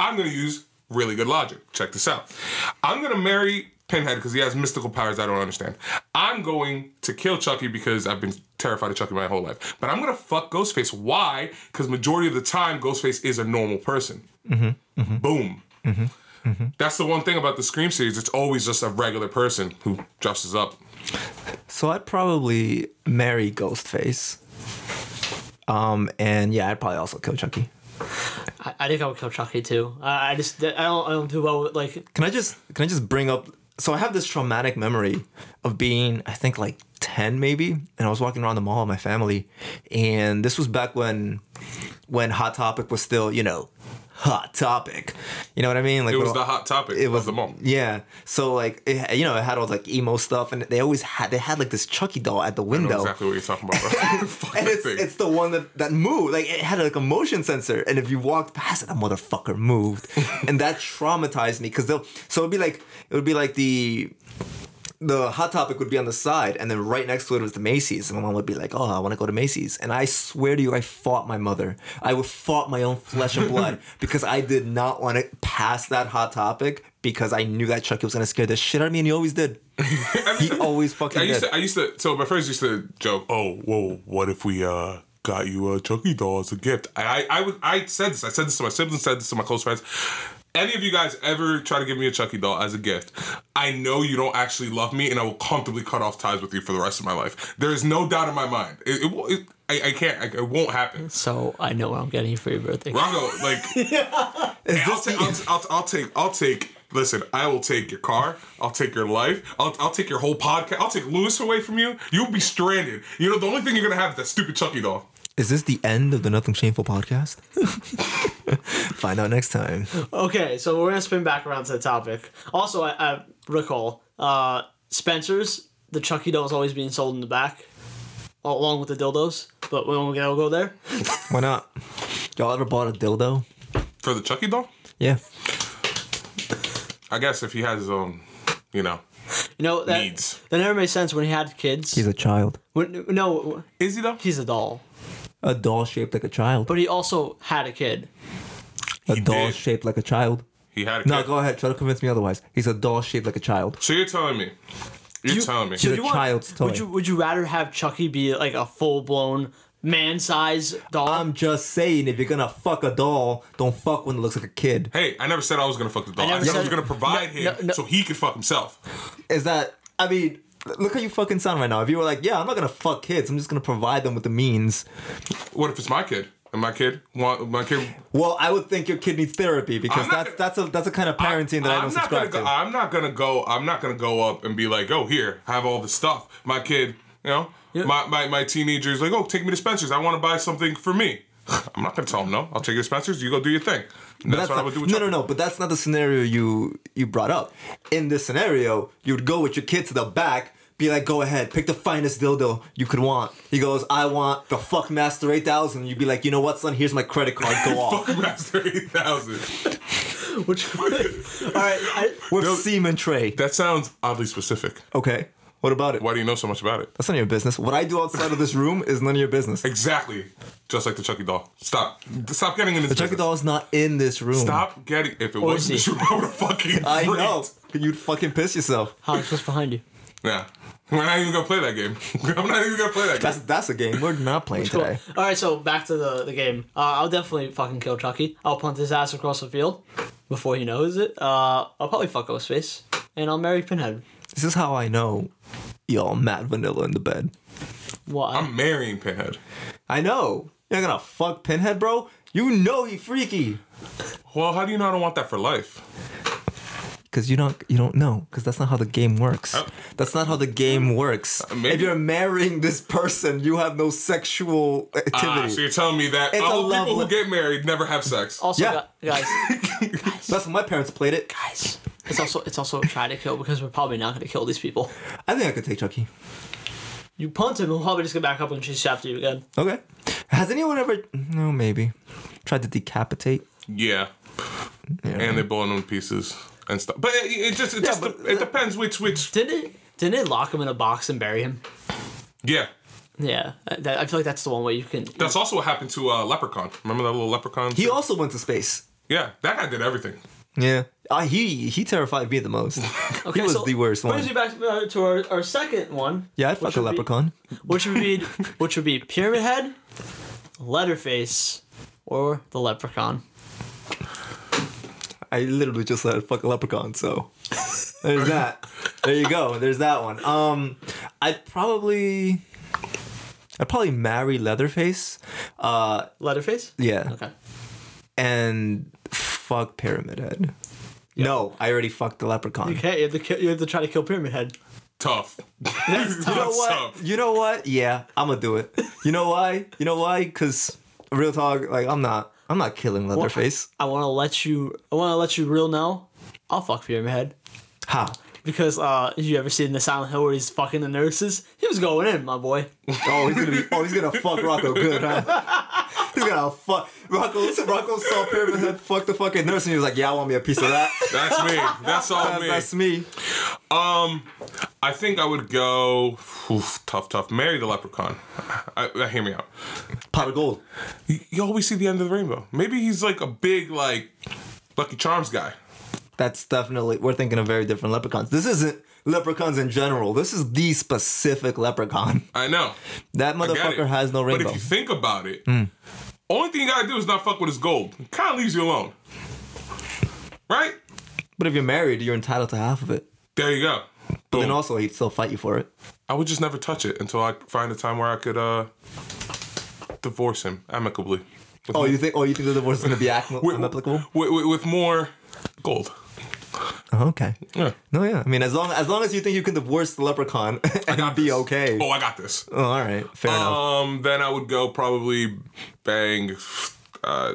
Speaker 3: I'm going to use really good logic. Check this out. I'm going to marry Pinhead because he has mystical powers I don't understand. I'm going to kill Chucky because I've been terrified of Chucky my whole life. But I'm going to fuck Ghostface. Why? Because majority of the time, Ghostface is a normal person.
Speaker 1: Mm-hmm.
Speaker 3: Boom. That's the one thing about the Scream series. It's always just a regular person who dresses up.
Speaker 1: So I'd probably marry Ghostface. Um and yeah, I'd probably also kill Chucky.
Speaker 2: I, I think I would kill Chucky too. I, I just I don't I don't do well with like
Speaker 1: Can I just can I just bring up so I have this traumatic memory of being I think like 10 maybe and I was walking around the mall with my family and this was back when when Hot Topic was still, you know, Hot Topic. You know what I mean? Like
Speaker 3: It was the hot topic.
Speaker 1: it was
Speaker 3: of the mom.
Speaker 1: Yeah. So like it, you know, it had all like emo stuff and they always had they had like this Chucky doll at the
Speaker 3: I know
Speaker 1: window.
Speaker 3: exactly what you're
Speaker 1: <laughs>
Speaker 3: talking about, bro. <laughs> Fuck
Speaker 1: And
Speaker 3: that
Speaker 1: it's,
Speaker 3: thing.
Speaker 1: it's the one that, that moved. Like it had like a motion sensor, and if you walked past it, that motherfucker
Speaker 3: <laughs>
Speaker 1: moved, and that traumatized me. Cause they'll so it'd be like it would be like the the hot topic would be on the side, and then right next to it was the Macy's, and my mom would be like, "Oh, I want to go to Macy's," and I swear to you, I fought my mother. I would fought my own flesh and
Speaker 3: <laughs>
Speaker 1: blood because I did not want to pass that hot topic because I knew that Chucky was gonna scare the shit out of me, and he always
Speaker 3: <laughs>
Speaker 1: did. he always fucking
Speaker 3: I
Speaker 1: did.
Speaker 3: used to, I used to. So my friends used to joke, "Oh, whoa, what if we uh got you a Chucky doll as a gift?" I, I, I would, I said this. I said this to my siblings. Said this to my close friends. Any of you guys ever try to give me a Chucky doll as a gift? I know you don't actually love me, and I will comfortably cut off ties with you for the rest of my life. There is no doubt in my mind. It, it, will- it I, I can't. I, it won't happen.
Speaker 2: so I <laughs> know what I'm getting you for your birthday.
Speaker 3: Rocco, like, I'll, ta- I'll, I'll, I'll take, I'll take listen, I will take your car. I'll take your life. I'll, I'll take your whole podcast. I'll take Lewis away from you. You'll be stranded. You know, the only thing you're going to have is that stupid Chucky doll.
Speaker 1: Is this the end of the Nothing Shameful podcast? <laughs> Find out next time.
Speaker 2: Okay, so we're gonna spin back around to the topic. Also, I, I recall uh, Spencer's the Chucky doll is always being sold in the back, along with the dildos. But we won't go go there.
Speaker 1: Why not? Y'all ever bought a dildo?
Speaker 3: For the Chucky doll?
Speaker 1: Yeah.
Speaker 3: I guess if he has his own, you know.
Speaker 2: You know that
Speaker 3: Needs.
Speaker 2: that never made sense when he had kids.
Speaker 1: He's a child.
Speaker 2: when, no,
Speaker 3: Is he though?
Speaker 2: he's a doll,
Speaker 1: A doll shaped like a child.
Speaker 2: but he also had a kid.
Speaker 1: A
Speaker 3: He
Speaker 1: doll
Speaker 3: did.
Speaker 1: shaped like a child.
Speaker 3: He had a
Speaker 1: No,
Speaker 3: kid.
Speaker 1: go ahead. Try to convince me otherwise. He's a doll shaped like a child.
Speaker 3: So you're telling me. You're
Speaker 2: You-
Speaker 3: telling me.
Speaker 1: a
Speaker 2: you want-
Speaker 1: child's toy.
Speaker 2: Would you would you rather have Chucky be like a full blown man size doll?
Speaker 1: I'm just saying, if you're gonna fuck a doll, don't fuck when it looks like a kid.
Speaker 3: Hey, I never said I was gonna fuck the
Speaker 2: I
Speaker 3: doll. I,
Speaker 2: never
Speaker 3: said I
Speaker 2: said-
Speaker 3: was gonna provide
Speaker 2: No,
Speaker 3: him
Speaker 2: no, no.
Speaker 3: so he could fuck himself.
Speaker 1: Is that? I mean, look how you fucking sound right now. If you were like, yeah, I'm not gonna fuck kids. I'm just gonna provide them with the means.
Speaker 3: What if it's my kid? And my kid, want, my kid.
Speaker 1: Well, I would think your kid needs therapy because
Speaker 3: I'm not
Speaker 1: that's that's a that's a kind of parenting that I, don't
Speaker 3: I'm not gonna
Speaker 1: subscribe
Speaker 3: go.
Speaker 1: to.
Speaker 3: I'm not gonna go. I'm not gonna go up and be like, "Oh, here, have all the stuff." My kid, you know, my, my my teenager is like, "Oh, take me to Spencer's. I want to buy something for me." <laughs> I'm not gonna tell him no. I'll take you to Spencer's. You go do your thing. And
Speaker 1: But
Speaker 3: That's, what I
Speaker 1: not-
Speaker 3: would do. With
Speaker 1: no,
Speaker 3: Chucky.
Speaker 1: no, no. But that's not the scenario you you brought up. In this scenario, you would go with your kid to the back, be like, "Go ahead, pick the finest dildo you could want." He goes, "I want the fuck master 8000." You'd be like, "You know what, son? Here's my credit card.
Speaker 3: <laughs>
Speaker 1: Go off."
Speaker 3: Fuck Master Eight Thousand.
Speaker 2: Which, all right, I,
Speaker 1: With semen tray.
Speaker 3: That sounds oddly specific.
Speaker 1: Okay. What about it?
Speaker 3: Why do you know so much about it?
Speaker 1: That's none of your business. What I do outside of this room is none of your business. The
Speaker 3: Exactly, just like the Chucky doll. Stop. Stop getting in this.
Speaker 1: Chucky
Speaker 3: business.
Speaker 1: doll is E. not in this room.
Speaker 3: Stop getting. If it wasn't
Speaker 2: is
Speaker 3: this <laughs>
Speaker 2: he?
Speaker 3: room, I would have fucking.
Speaker 1: I
Speaker 3: freaked.
Speaker 1: know. You'd fucking piss yourself.
Speaker 2: Alex, what's behind you?
Speaker 3: Yeah. We're not even gonna play that game. <laughs> I'm not even gonna play that game.
Speaker 1: That's that's a game we're not playing <laughs>
Speaker 2: Cool.
Speaker 1: today.
Speaker 2: All right, so back to the, the game. Uh, I'll definitely fucking kill Chucky. I'll punt his ass across the field before he knows it. Uh, I'll probably fuck Ghostface, and I'll marry Pinhead.
Speaker 1: This is how I know y'all mad vanilla in the bed.
Speaker 2: Why?
Speaker 3: I'm marrying Pinhead.
Speaker 1: I know. You're not gonna fuck Pinhead, bro. You know he freaky.
Speaker 3: Well, how do you know I don't want that for life?
Speaker 1: Cause you don't you don't know. Cause that's not how the game works.
Speaker 3: Oh. Uh,
Speaker 1: That's not how the game works.
Speaker 3: maybe-
Speaker 1: If you're marrying this person, you have no sexual
Speaker 3: Ah, so
Speaker 1: activity.
Speaker 3: you're telling me that
Speaker 1: It's a
Speaker 3: all the
Speaker 1: love
Speaker 3: people who
Speaker 1: li-
Speaker 3: get married never have sex.
Speaker 2: also,
Speaker 1: yeah.
Speaker 2: gu- guys,
Speaker 1: <laughs> that's how my parents played it.
Speaker 2: guys, it's also it's also try to kill because we're probably not gonna kill these people.
Speaker 1: I think I could take Chucky.
Speaker 2: You punt him, he'll probably just get back up and chase after you again.
Speaker 1: Okay. Has anyone ever? No, maybe. Tried to decapitate.
Speaker 3: Yeah. And they're blowing them to pieces and stuff. But it, it just it just
Speaker 1: but-
Speaker 3: it depends which which
Speaker 2: Didn't it? Didn't it lock him in a box and bury him?
Speaker 3: yeah.
Speaker 2: Yeah, I- that, I feel like that's the one way you can.
Speaker 3: That's also what happened to uh, Leprechaun. Remember that little Leprechaun?
Speaker 1: He
Speaker 3: thing?
Speaker 1: also went to space.
Speaker 3: yeah, that guy did everything.
Speaker 1: Yeah. Uh, he he terrified me the
Speaker 3: <laughs>
Speaker 1: most. he was
Speaker 2: so
Speaker 1: the worst one.
Speaker 2: Brings me back to, uh, to our, our second one.
Speaker 1: yeah, I'd
Speaker 2: which
Speaker 1: fuck a
Speaker 2: would be-
Speaker 1: leprechaun.
Speaker 2: which
Speaker 1: <laughs>
Speaker 2: would be which would be Pyramid Head, Leatherface, or the Leprechaun.
Speaker 1: I literally just said fuck a leprechaun. So there's that. there you go. There's that one. Um, I'd probably. I'd probably marry Leatherface. Uh,
Speaker 2: Leatherface.
Speaker 1: yeah.
Speaker 2: Okay.
Speaker 1: And fuck Pyramid Head. No, I already fucked the leprechaun.
Speaker 2: Okay, you have to kill, you have to try to kill Pyramid Head.
Speaker 3: Tough. <laughs>
Speaker 1: You know
Speaker 3: That's
Speaker 1: what?
Speaker 3: tough.
Speaker 1: You know what? Yeah, I'm gonna do it. You know why? You know why? Cause real talk, like I'm not, I'm not killing Leatherface.
Speaker 2: I want to let you. I want to let you real know. I'll fuck Pyramid Head
Speaker 1: How?
Speaker 2: because uh, you ever seen the Silent Hill where he's fucking the nurses? He was going in, my boy.
Speaker 1: Oh, he's gonna be, oh, he's gonna fuck Rocco good, huh? He's gonna fuck Rocco. Rocco saw Pyramid Head fuck the fucking nurse, and he was like, "Yeah, I want me a piece of
Speaker 3: <laughs>
Speaker 1: that."
Speaker 3: That's me. That's all
Speaker 1: That's,
Speaker 3: me.
Speaker 1: that's me.
Speaker 3: I think I would go oof, tough, tough. Marry the leprechaun. I, I, hear me out.
Speaker 1: Pot of gold.
Speaker 3: You, you always see the end of the rainbow. Maybe he's like a big like Lucky Charms guy.
Speaker 1: That's definitely. We're thinking of very different leprechauns. This isn't leprechauns in general. This is the specific leprechaun.
Speaker 3: I know.
Speaker 1: That
Speaker 3: I get it.
Speaker 1: motherfucker has no rainbow. Mm.
Speaker 3: But if you think about it, only thing you gotta do is not fuck with his gold. Kind of leaves you alone, right?
Speaker 1: but if you're married, you're entitled to half of it.
Speaker 3: There you go.
Speaker 1: But then
Speaker 3: Boom.
Speaker 1: also, he'd still fight you for it.
Speaker 3: I would just never touch it until I find a time where I could uh divorce him amicably. With
Speaker 1: Oh, you think? Oh, you think the divorce is gonna be ac-
Speaker 3: with,
Speaker 1: applicable?
Speaker 3: with, with more gold.
Speaker 1: Oh, okay.
Speaker 3: Yeah.
Speaker 1: No, yeah. I mean, as long as long as you think you can divorce the leprechaun <laughs> and
Speaker 3: got
Speaker 1: be
Speaker 3: this.
Speaker 1: okay.
Speaker 3: Oh, I got this.
Speaker 1: Oh, all right. Fair enough.
Speaker 3: Um, then I would go probably bang. Uh,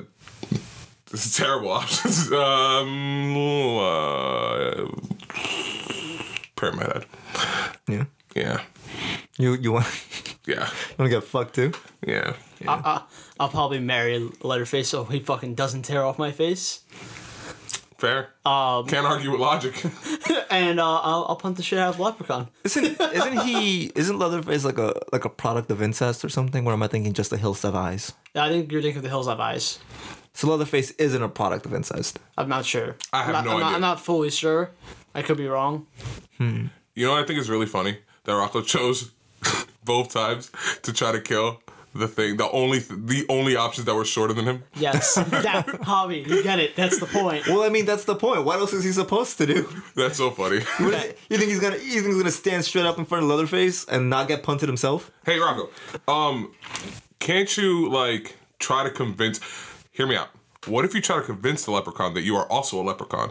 Speaker 3: this is terrible <laughs> options. Um, uh, Pyramid Head.
Speaker 1: Yeah.
Speaker 3: Yeah,
Speaker 1: You you want <laughs>
Speaker 3: yeah,
Speaker 1: you want to get fucked too?
Speaker 3: yeah.
Speaker 2: I, I, will probably marry Leatherface so he fucking doesn't tear off my face.
Speaker 3: Fair. Um, Can't argue with logic. <laughs>
Speaker 2: And uh, I'll, I'll punt the shit out of Leprechaun.
Speaker 1: Isn't isn't he isn't Leatherface like a like a product of incest or something? Or am I thinking just the hills have eyes?
Speaker 2: I think you're thinking of the Hills Have Eyes.
Speaker 1: So Leatherface isn't a product of incest.
Speaker 2: I'm not sure.
Speaker 3: I
Speaker 2: I'm
Speaker 3: have
Speaker 2: not-
Speaker 3: no
Speaker 2: I'm Not,
Speaker 3: idea.
Speaker 2: I'm not fully sure. I could be wrong.
Speaker 3: You know what I think is really funny? That Rocco chose <laughs> both times to try to kill the thing. The only the only options that were shorter than him. <laughs>
Speaker 2: Yes, that hobby. You get it. That's the point.
Speaker 1: Well, I mean that's the point. What else is he supposed to do?
Speaker 3: That's so funny. <laughs>
Speaker 1: What is it- you think he's gonna you think he's gonna stand straight up in front of Leatherface and not get punted himself?
Speaker 3: hey Rocco, um, can't you like try to convince? Hear me out. What if you try to convince the leprechaun that you are also a leprechaun?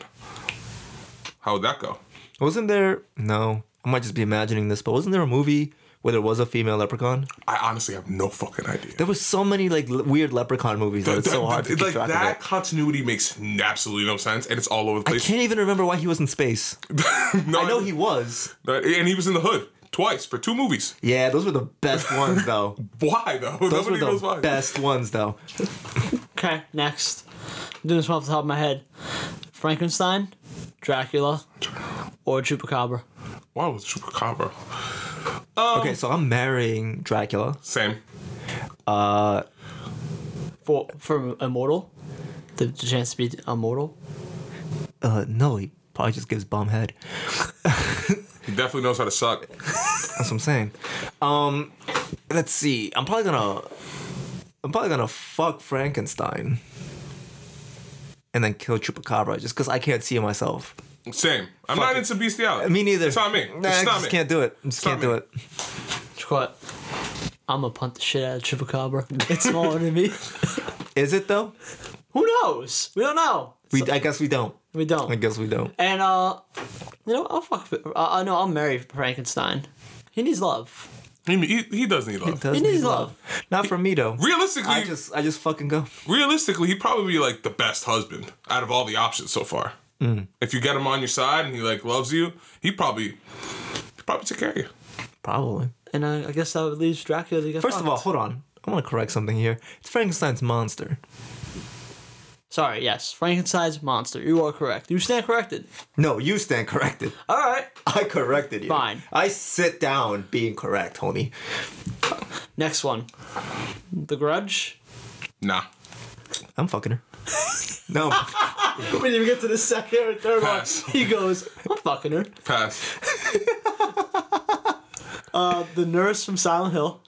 Speaker 3: How would that go?
Speaker 1: Wasn't there? No, I might just be imagining this, but wasn't there a movie where there was a female leprechaun?
Speaker 3: I honestly have no fucking idea.
Speaker 1: There was so many like le- weird leprechaun movies that it's so hard to
Speaker 3: That-
Speaker 1: keep
Speaker 3: like
Speaker 1: track
Speaker 3: that
Speaker 1: of. It.
Speaker 3: continuity makes absolutely no sense, and it's all over the
Speaker 1: I
Speaker 3: place.
Speaker 1: can't even remember why he was in space.
Speaker 3: no,
Speaker 1: I know he was.
Speaker 3: and he was in the hood twice for two movies.
Speaker 1: Yeah, those were the
Speaker 3: <laughs>
Speaker 1: best ones though.
Speaker 3: Why though?
Speaker 1: Those
Speaker 3: Nobody
Speaker 1: were
Speaker 3: knows
Speaker 1: the
Speaker 3: why.
Speaker 1: best ones though.
Speaker 2: Okay, next. I'm doing this one off the top of my head. Frankenstein, Dracula, or Chupacabra.
Speaker 3: Why was Chupacabra? Um,
Speaker 1: Okay, so I'm marrying Dracula. Uh,
Speaker 3: Same.
Speaker 2: For for immortal, the, the chance to be immortal.
Speaker 1: Uh, no, he probably just gives bum head.
Speaker 3: He definitely knows how to suck.
Speaker 1: That's what I'm saying. Um, let's see. I'm probably gonna, I'm probably gonna fuck Frankenstein, and then kill Chupacabra just because I can't see it myself.
Speaker 3: Same. I'm
Speaker 1: Fuck
Speaker 3: not
Speaker 1: it.
Speaker 3: into bestiality.
Speaker 1: Me neither.
Speaker 3: It's not me.
Speaker 1: Nah,
Speaker 3: it's
Speaker 1: I
Speaker 3: not
Speaker 1: just
Speaker 3: me.
Speaker 1: can't do it. I just can't
Speaker 3: not me.
Speaker 1: do it.
Speaker 2: Which what? I'm gonna punt the shit out of Chupacabra. It's smaller than
Speaker 3: <laughs>
Speaker 2: me.
Speaker 1: Is it though?
Speaker 2: Who knows? We don't know.
Speaker 1: We, I guess we don't.
Speaker 2: We
Speaker 1: I
Speaker 2: don't.
Speaker 1: guess we don't.
Speaker 2: And uh, you know, I'll fuck. I uh, know I'll marry Frankenstein. He needs love.
Speaker 3: He, he, he does need love.
Speaker 1: Does
Speaker 2: He needs
Speaker 1: need
Speaker 2: love.
Speaker 1: Not for me though.
Speaker 3: Realistically,
Speaker 1: I just, I just fucking go.
Speaker 3: realistically, he'd probably be like the best husband out of all the options so far.
Speaker 1: Mm.
Speaker 3: If you get him on your side and he like loves you, he probably he'd probably take care of you.
Speaker 1: Probably.
Speaker 2: And I, I guess that would leave Dracula to get
Speaker 1: First of all,
Speaker 2: fucked.
Speaker 1: hold on. I want to correct something here. It's Frankenstein's monster.
Speaker 2: Sorry, yes. Frankenstein's monster. You are correct. You stand corrected.
Speaker 1: No, you stand corrected. <laughs>
Speaker 2: All right.
Speaker 1: I corrected you.
Speaker 2: Fine.
Speaker 1: I sit down being correct, homie.
Speaker 2: Next one. The Grudge.
Speaker 3: Nah.
Speaker 1: I'm fucking
Speaker 2: <laughs>
Speaker 1: her. No.
Speaker 2: We didn't even get to the second or third one.
Speaker 3: Pass.
Speaker 2: He goes, I'm fucking her.
Speaker 1: <laughs>
Speaker 3: Pass.
Speaker 2: The nurse from Silent Hill.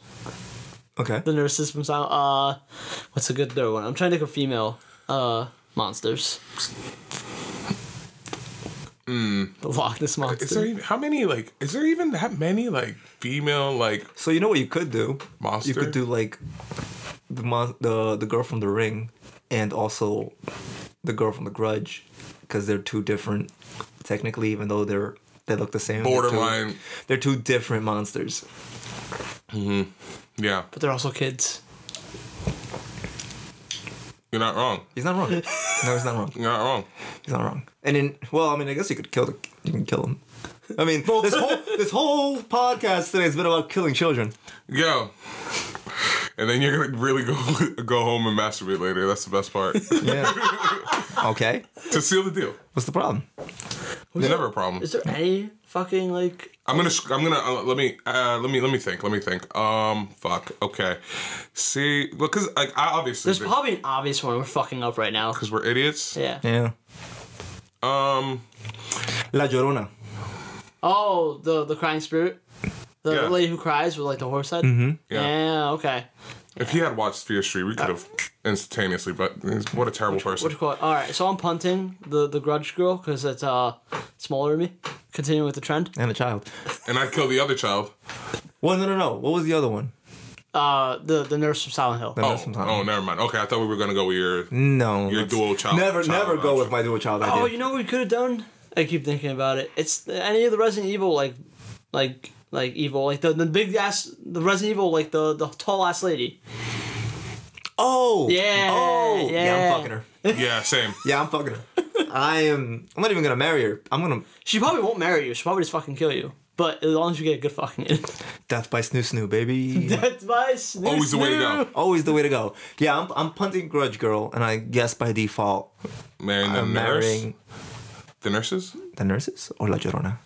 Speaker 1: Okay.
Speaker 2: The nurses from Silent. Uh, what's a good third one? I'm trying to think of female uh monsters. Mm. The Loch Ness monster.
Speaker 3: Is there even, how many like is there even that many like female like
Speaker 1: So you know what you could do?
Speaker 3: Monster?
Speaker 1: You could do like the mon- the the girl from The Ring, and also the girl from The Grudge, because they're two different. Technically, even though they're they look the same. they're two-
Speaker 3: Borderline.
Speaker 1: They're 2 different monsters.
Speaker 3: yeah,
Speaker 2: but they're also kids.
Speaker 3: you're not wrong.
Speaker 1: He's
Speaker 2: <laughs>
Speaker 1: not wrong. no, he's not wrong.
Speaker 3: You're not wrong.
Speaker 1: He's not wrong. And then, well, I mean, I guess you could kill the you can kill him. I mean, this whole this whole podcast today has been about killing children.
Speaker 3: Yo. And then you're gonna really go go <laughs> home and masturbate later. That's the
Speaker 1: <laughs>
Speaker 3: best part.
Speaker 1: Yeah. okay.
Speaker 3: to seal the deal.
Speaker 1: What's the problem?
Speaker 3: It's never a problem.
Speaker 2: Is there any fucking like?
Speaker 3: I'm gonna sc- I'm gonna uh, let me uh, let me let me think. Let me think. Um, fuck. Okay. See, because like I obviously
Speaker 2: There's probably an obvious one we're fucking up right now.
Speaker 3: because we're idiots.
Speaker 2: Yeah.
Speaker 1: Yeah.
Speaker 3: Um,
Speaker 1: La Llorona.
Speaker 2: Oh, the the crying spirit, the
Speaker 3: Yeah.
Speaker 2: lady who cries with like the horse head. Mm-hmm.
Speaker 3: Yeah.
Speaker 2: Yeah. Okay.
Speaker 3: if he had watched Fear Street, we could have instantaneously. But he's- what a terrible
Speaker 2: What do
Speaker 3: person.
Speaker 2: you call it? All right. So I'm punting the the grudge girl because it's uh smaller than me. Continuing with the trend.
Speaker 1: And a child.
Speaker 3: And I'd kill the other child.
Speaker 1: Well, no, no, no. What was the other one?
Speaker 2: Uh, the the nurse from Silent Hill.
Speaker 1: The
Speaker 3: Oh,
Speaker 1: nurse from Thailand.
Speaker 3: oh, never mind. Okay, I thought we were gonna go with your.
Speaker 1: No.
Speaker 3: Your
Speaker 1: let's-
Speaker 3: dual child-
Speaker 1: Never,
Speaker 3: child
Speaker 1: never go
Speaker 3: option.
Speaker 1: with my dual child idea.
Speaker 2: Oh, you know what we could have done? I keep thinking about it. It's any of the Resident Evil like, like like evil like the the big ass the Resident Evil like the the tall ass lady.
Speaker 1: Oh.
Speaker 2: Yeah,
Speaker 1: Oh. I'm
Speaker 2: yeah.
Speaker 1: fucking her.
Speaker 3: Yeah, same.
Speaker 1: Yeah, I'm fucking her. I am. I'm not even gonna marry her. I'm gonna
Speaker 2: She probably won't marry you. She'll probably just fucking kill you. But as long as you get a good fucking end.
Speaker 1: death by snoo snoo, <laughs> baby.
Speaker 2: <laughs> That's my snoo
Speaker 3: Always the way to
Speaker 2: snoo.
Speaker 3: go.
Speaker 1: Always the way to go. Yeah, I'm. I'm punting Grudge Girl, and I guess by default
Speaker 3: Marrying the
Speaker 1: I'm
Speaker 3: nurse.
Speaker 1: marrying
Speaker 3: The nurses?
Speaker 1: the nurses or La Llorona.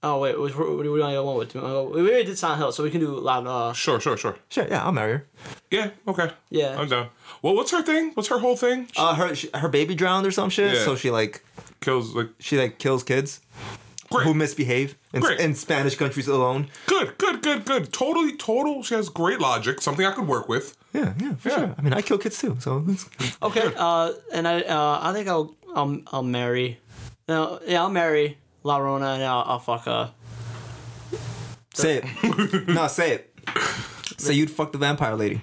Speaker 2: Oh wait, which, what do we want to go with? Do we wanna go- We already did Silent Hill, so we can do Loud. Uh,
Speaker 3: Sure, sure, sure.
Speaker 1: Sure. Yeah, I'll marry her.
Speaker 3: Yeah, okay.
Speaker 2: Yeah.
Speaker 3: I'm down. Well, what's her thing? What's her whole thing? She
Speaker 1: Uh, her sh- her baby drowned or some shit.
Speaker 3: Yeah.
Speaker 1: So she like
Speaker 3: kills, like,
Speaker 1: she like kills kids
Speaker 3: great.
Speaker 1: who misbehave in,
Speaker 3: Great.
Speaker 1: in Spanish countries alone.
Speaker 3: Good, good, good, good. Totally, total. She has great logic, something I could work with.
Speaker 1: Yeah, yeah, for sure. I mean, I kill kids too, so <laughs> it's-
Speaker 2: okay. Uh, and I uh, I think I'll I'll, I'll marry. No, yeah, I'll marry La Rona, and I'll, I'll fuck her.
Speaker 1: say <laughs> it. no, say it. Say you'd fuck the vampire lady.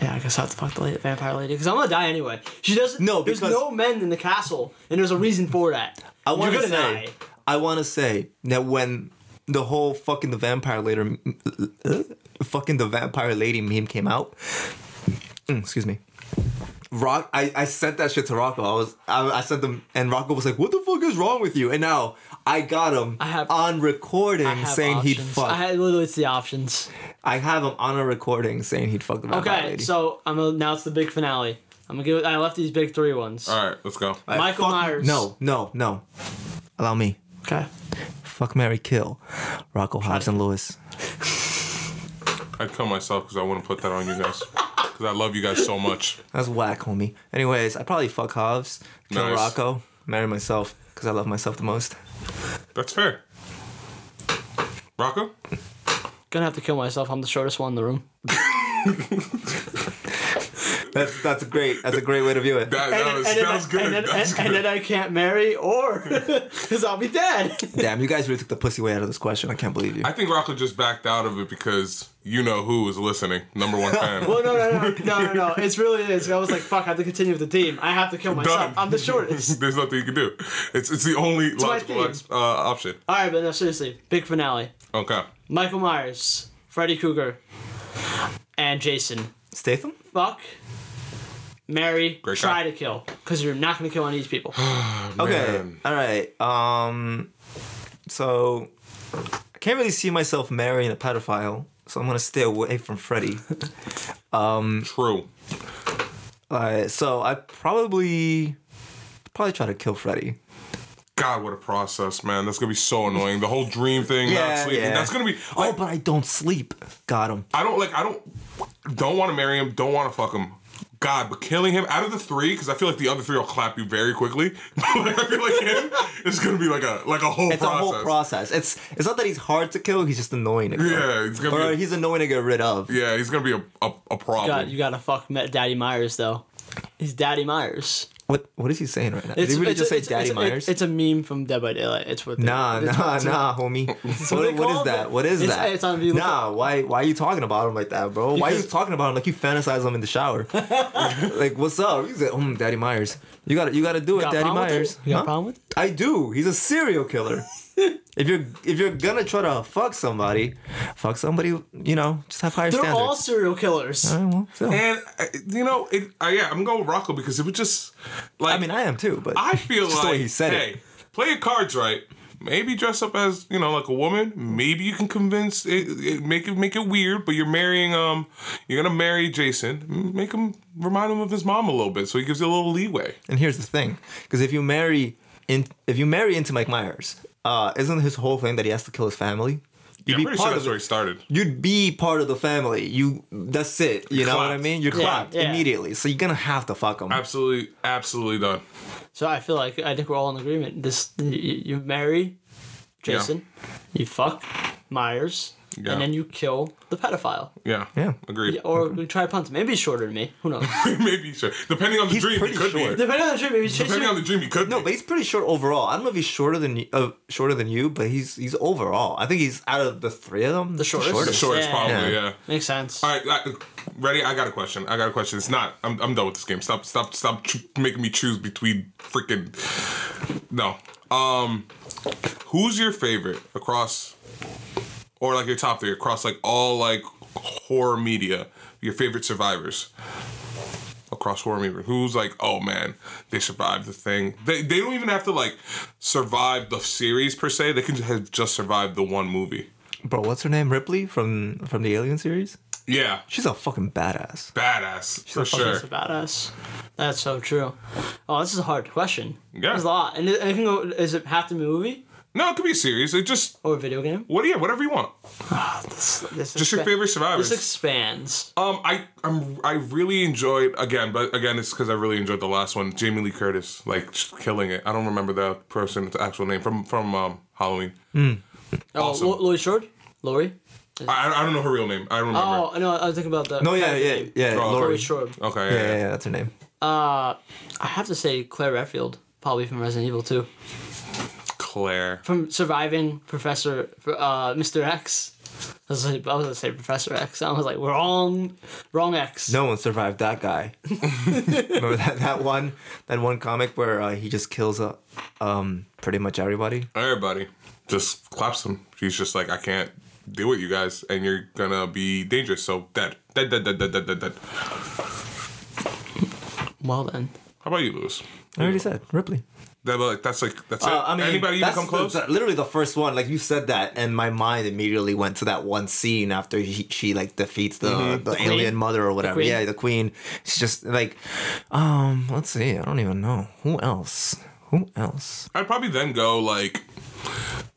Speaker 2: Yeah, I guess I have to fuck the la- vampire lady because I'm gonna die anyway. She doesn't.
Speaker 1: No,
Speaker 2: there's
Speaker 1: because-
Speaker 2: no men in the castle, and there's a reason for that.
Speaker 1: I want
Speaker 2: You're
Speaker 1: to
Speaker 2: gonna
Speaker 1: say.
Speaker 2: die.
Speaker 1: I want to say that when the whole fucking the vampire later, fucking the vampire lady meme came out. Mm, Excuse me. Rock, I, I sent that shit to Rocco. I was I, I sent them, and Rocco was like, "What the fuck is wrong with you?" And now I got him
Speaker 2: I have-
Speaker 1: on recording
Speaker 2: I have
Speaker 1: saying
Speaker 2: options.
Speaker 1: he'd fuck.
Speaker 2: I
Speaker 1: I,
Speaker 2: had literally it's the options.
Speaker 1: have him on a recording saying he'd fuck the vampire
Speaker 2: Okay,
Speaker 1: lady.
Speaker 2: so I'm gonna, now it's the big finale. I'm gonna give. I left these big three ones.
Speaker 3: All right, let's go.
Speaker 1: I
Speaker 2: Michael
Speaker 1: fuck-
Speaker 2: Myers.
Speaker 1: No, no, no. Allow me.
Speaker 2: Okay.
Speaker 1: Fuck Mary Kill. Rocco Hobbs and Lewis.
Speaker 3: I'd kill myself because I wouldn't put that on you guys. Because I love you guys so much.
Speaker 1: That's whack, homie. Anyways, I probably fuck Hobbs, kill
Speaker 3: Nice.
Speaker 1: Rocco, marry myself because I love myself the
Speaker 3: <laughs>
Speaker 1: most.
Speaker 3: That's fair. Rocco?
Speaker 2: Gonna have to kill myself. I'm the shortest one in the room.
Speaker 1: That's that's great. That's a great way to view it.
Speaker 3: That, that, was, that was good.
Speaker 2: And then,
Speaker 3: That was
Speaker 2: and- and
Speaker 3: good.
Speaker 2: then I can't marry, or <laughs> because I'll be dead. <laughs>
Speaker 1: Damn, you guys really took the pussy way out of this question. I can't believe you.
Speaker 3: I think Rocco just backed out of it because you know who is listening. Number one fan.
Speaker 2: <laughs> Well, no, no, no, no, no, no. It's really is. I was like, fuck. I have to continue with the team. I have to kill myself.
Speaker 3: Done.
Speaker 2: I'm the shortest.
Speaker 3: There's nothing you can do. It's it's the only
Speaker 2: my
Speaker 3: logical
Speaker 2: theme.
Speaker 3: ex- uh, option.
Speaker 2: All right, but no, seriously, big finale.
Speaker 3: Okay.
Speaker 2: Michael Myers, Freddy Krueger, and Jason.
Speaker 1: Statham?
Speaker 2: Fuck. Marry,
Speaker 3: Great
Speaker 2: try
Speaker 3: guy.
Speaker 2: to kill, because you're not gonna kill any of these people.
Speaker 1: Okay.
Speaker 3: Man.
Speaker 1: All right. Um. So I can't really see myself marrying a pedophile, so I'm gonna stay away from
Speaker 3: <laughs>
Speaker 1: Freddy.
Speaker 3: True.
Speaker 1: uh, so I probably probably try to kill Freddy.
Speaker 3: God, what a process, man. That's gonna be so annoying. The whole dream thing, not
Speaker 1: Yeah,
Speaker 3: sleeping.
Speaker 1: yeah.
Speaker 3: That's gonna be.
Speaker 1: Oh,
Speaker 3: Like,
Speaker 1: but I don't sleep. Got him.
Speaker 3: I don't like. I don't. Don't want to marry him. Don't want to fuck him. God, but killing him out of the three, because I feel like the other three will clap you very quickly. <laughs> But I feel like him is gonna be like a like a whole
Speaker 1: It's
Speaker 3: process.
Speaker 1: a whole process. It's it's not that he's hard to kill. He's just annoying to kill.
Speaker 3: Yeah, it's gonna
Speaker 1: Or
Speaker 3: be.
Speaker 1: he's annoying to get rid of.
Speaker 3: yeah, he's gonna be a a, a problem.
Speaker 2: God, you gotta fuck Ma- Daddy Myers though. He's Daddy Myers.
Speaker 1: What what is he saying right now? Did he really just say Daddy
Speaker 2: it's,
Speaker 1: Myers?
Speaker 2: It's a meme from Dead by Daylight. It's what. they-
Speaker 1: nah,
Speaker 2: it's
Speaker 1: nah,
Speaker 2: what-
Speaker 1: nah, homie.
Speaker 2: they
Speaker 1: What, what
Speaker 2: call
Speaker 1: is
Speaker 2: him,
Speaker 1: that?
Speaker 2: but
Speaker 1: What is
Speaker 2: it's-
Speaker 1: that?
Speaker 2: it's on the-
Speaker 1: nah, why why are you talking about him like that, bro? why are you
Speaker 2: Because-
Speaker 1: talking about him like you fantasize him in the
Speaker 2: <laughs>
Speaker 1: shower? like what's up? He's like, mm, Daddy Myers. You got to you got to do it,
Speaker 2: got a
Speaker 1: Daddy
Speaker 2: problem with
Speaker 1: Myers.
Speaker 2: it? You got a
Speaker 1: Huh?
Speaker 2: problem with it?
Speaker 1: I do. He's a serial
Speaker 2: <laughs>
Speaker 1: killer. if you're if you're gonna try to fuck somebody, fuck somebody, you know, just have higher
Speaker 2: They're
Speaker 1: standards.
Speaker 2: all serial killers.
Speaker 1: All right, well, so.
Speaker 3: and uh, you know, it, uh, yeah, I'm going with Rocco because it was just like
Speaker 1: I mean, I am too, but
Speaker 3: I feel
Speaker 1: Just the
Speaker 3: like
Speaker 1: way he said it.
Speaker 3: hey, play your cards right. Maybe dress up as you know, like a woman. Maybe you can convince it, it, make it make it weird. But you're marrying um, you're gonna marry Jason. M- Make him remind him of his mom a little bit, so he gives you a little leeway.
Speaker 1: And here's the thing, because if you marry in, if you marry into Mike Myers, uh, isn't his whole thing that he has to kill his family?
Speaker 3: Yeah, I'm
Speaker 1: be part
Speaker 3: pretty sure that's
Speaker 1: of it.
Speaker 3: where he started.
Speaker 1: You'd be part of the family. You that's it. You know what I
Speaker 3: clapped.
Speaker 1: mean? You're
Speaker 2: Yeah,
Speaker 1: clapped
Speaker 2: yeah.
Speaker 1: immediately. So you're gonna have to fuck him.
Speaker 3: Absolutely, absolutely done.
Speaker 2: So I feel like I think we're all in agreement. This you, you marry
Speaker 3: Yeah.
Speaker 2: Jason, you fuck Myers,
Speaker 3: Yeah.
Speaker 2: and then you kill the pedophile.
Speaker 3: Yeah,
Speaker 1: Yeah.
Speaker 3: agreed.
Speaker 2: Or we try to punt him. Maybe he's shorter than me. Who
Speaker 1: <laughs>
Speaker 2: knows?
Speaker 3: <laughs> maybe sure. Depending on the
Speaker 1: He's
Speaker 3: dream, he
Speaker 1: pretty
Speaker 3: could
Speaker 1: short.
Speaker 3: be.
Speaker 2: Depending on the trip, maybe he's
Speaker 3: Depending on the dream, he could
Speaker 1: No,
Speaker 3: be.
Speaker 1: but he's pretty short overall. I don't know if he's shorter than you, uh, shorter than you, but he's he's overall. I think he's out of the three of them, the
Speaker 2: shortest.
Speaker 3: the shortest,
Speaker 2: Yeah.
Speaker 3: probably.
Speaker 1: Yeah.
Speaker 3: yeah.
Speaker 2: Makes sense.
Speaker 3: All right, I, ready? I got a question. I got a question. It's not. I'm, I'm done with this game. Stop. Stop. Stop ch- making me choose between freaking. No. Um. Who's your favorite across, or like your top three across like all like horror media? Your favorite survivors across horror media. Who's like, oh man, they survived the thing. They they don't even have to like survive the series per se. They can just have just survived the one movie.
Speaker 1: Bro, what's her name? Ripley from from the Alien series?
Speaker 3: Yeah,
Speaker 1: She's a fucking badass.
Speaker 3: badass for sure.
Speaker 2: That's about us. That's so true. Oh, this is a hard question.
Speaker 3: Yeah.
Speaker 2: There's a lot. And it, and it can go, is it half the movie
Speaker 3: No, it could be a series. It just
Speaker 2: or a video game?
Speaker 3: what yeah, whatever you want.
Speaker 2: This, this
Speaker 3: Just your
Speaker 2: expa-
Speaker 3: favorite
Speaker 2: This
Speaker 3: survivors.
Speaker 2: expands.
Speaker 3: Um, I I'm, I really enjoyed again, but again, it's because I really enjoyed the last one. Jamie Lee Curtis, like just killing it. I don't remember the person's actual name from from um, Halloween. Awesome.
Speaker 2: Oh, Lo- Lori Short? Lori?
Speaker 3: I, I don't know her real name. I don't remember.
Speaker 2: Oh, no, I was thinking about that.
Speaker 1: No, yeah, yeah, yeah.
Speaker 3: Oh,
Speaker 1: Lori.
Speaker 2: Lori Short.
Speaker 3: Okay.
Speaker 1: Yeah,
Speaker 3: yeah,
Speaker 1: yeah,
Speaker 3: yeah.
Speaker 1: yeah, that's her name.
Speaker 2: Uh, I have to say Claire Redfield, probably from Resident Evil 2.
Speaker 3: Claire.
Speaker 2: From surviving Professor, uh, Mr. X. I was, like, I was gonna say Professor X. I was like, wrong, wrong X.
Speaker 1: No one survived that guy. <laughs> Remember that, that one that one comic where uh, he just kills uh, um pretty much everybody.
Speaker 3: Everybody just claps him. She's just like, I can't deal with you guys, and you're gonna be dangerous. So dead, dead, dead, dead, dead, dead, dead. dead.
Speaker 2: Well then,
Speaker 3: How about you, Lewis?
Speaker 1: I already said Ripley.
Speaker 3: That, like, that's like that's it.
Speaker 1: Uh, I mean,
Speaker 3: Anybody you
Speaker 1: that's
Speaker 3: come close?
Speaker 1: the- the- literally the first one. Like you said that, and my mind immediately went to that one scene after he, she like defeats the, the, alien mother or whatever.
Speaker 2: queen.
Speaker 1: yeah, the queen. She's just like, um, let's see. I don't even know who else. Who else?
Speaker 3: I'd probably then go like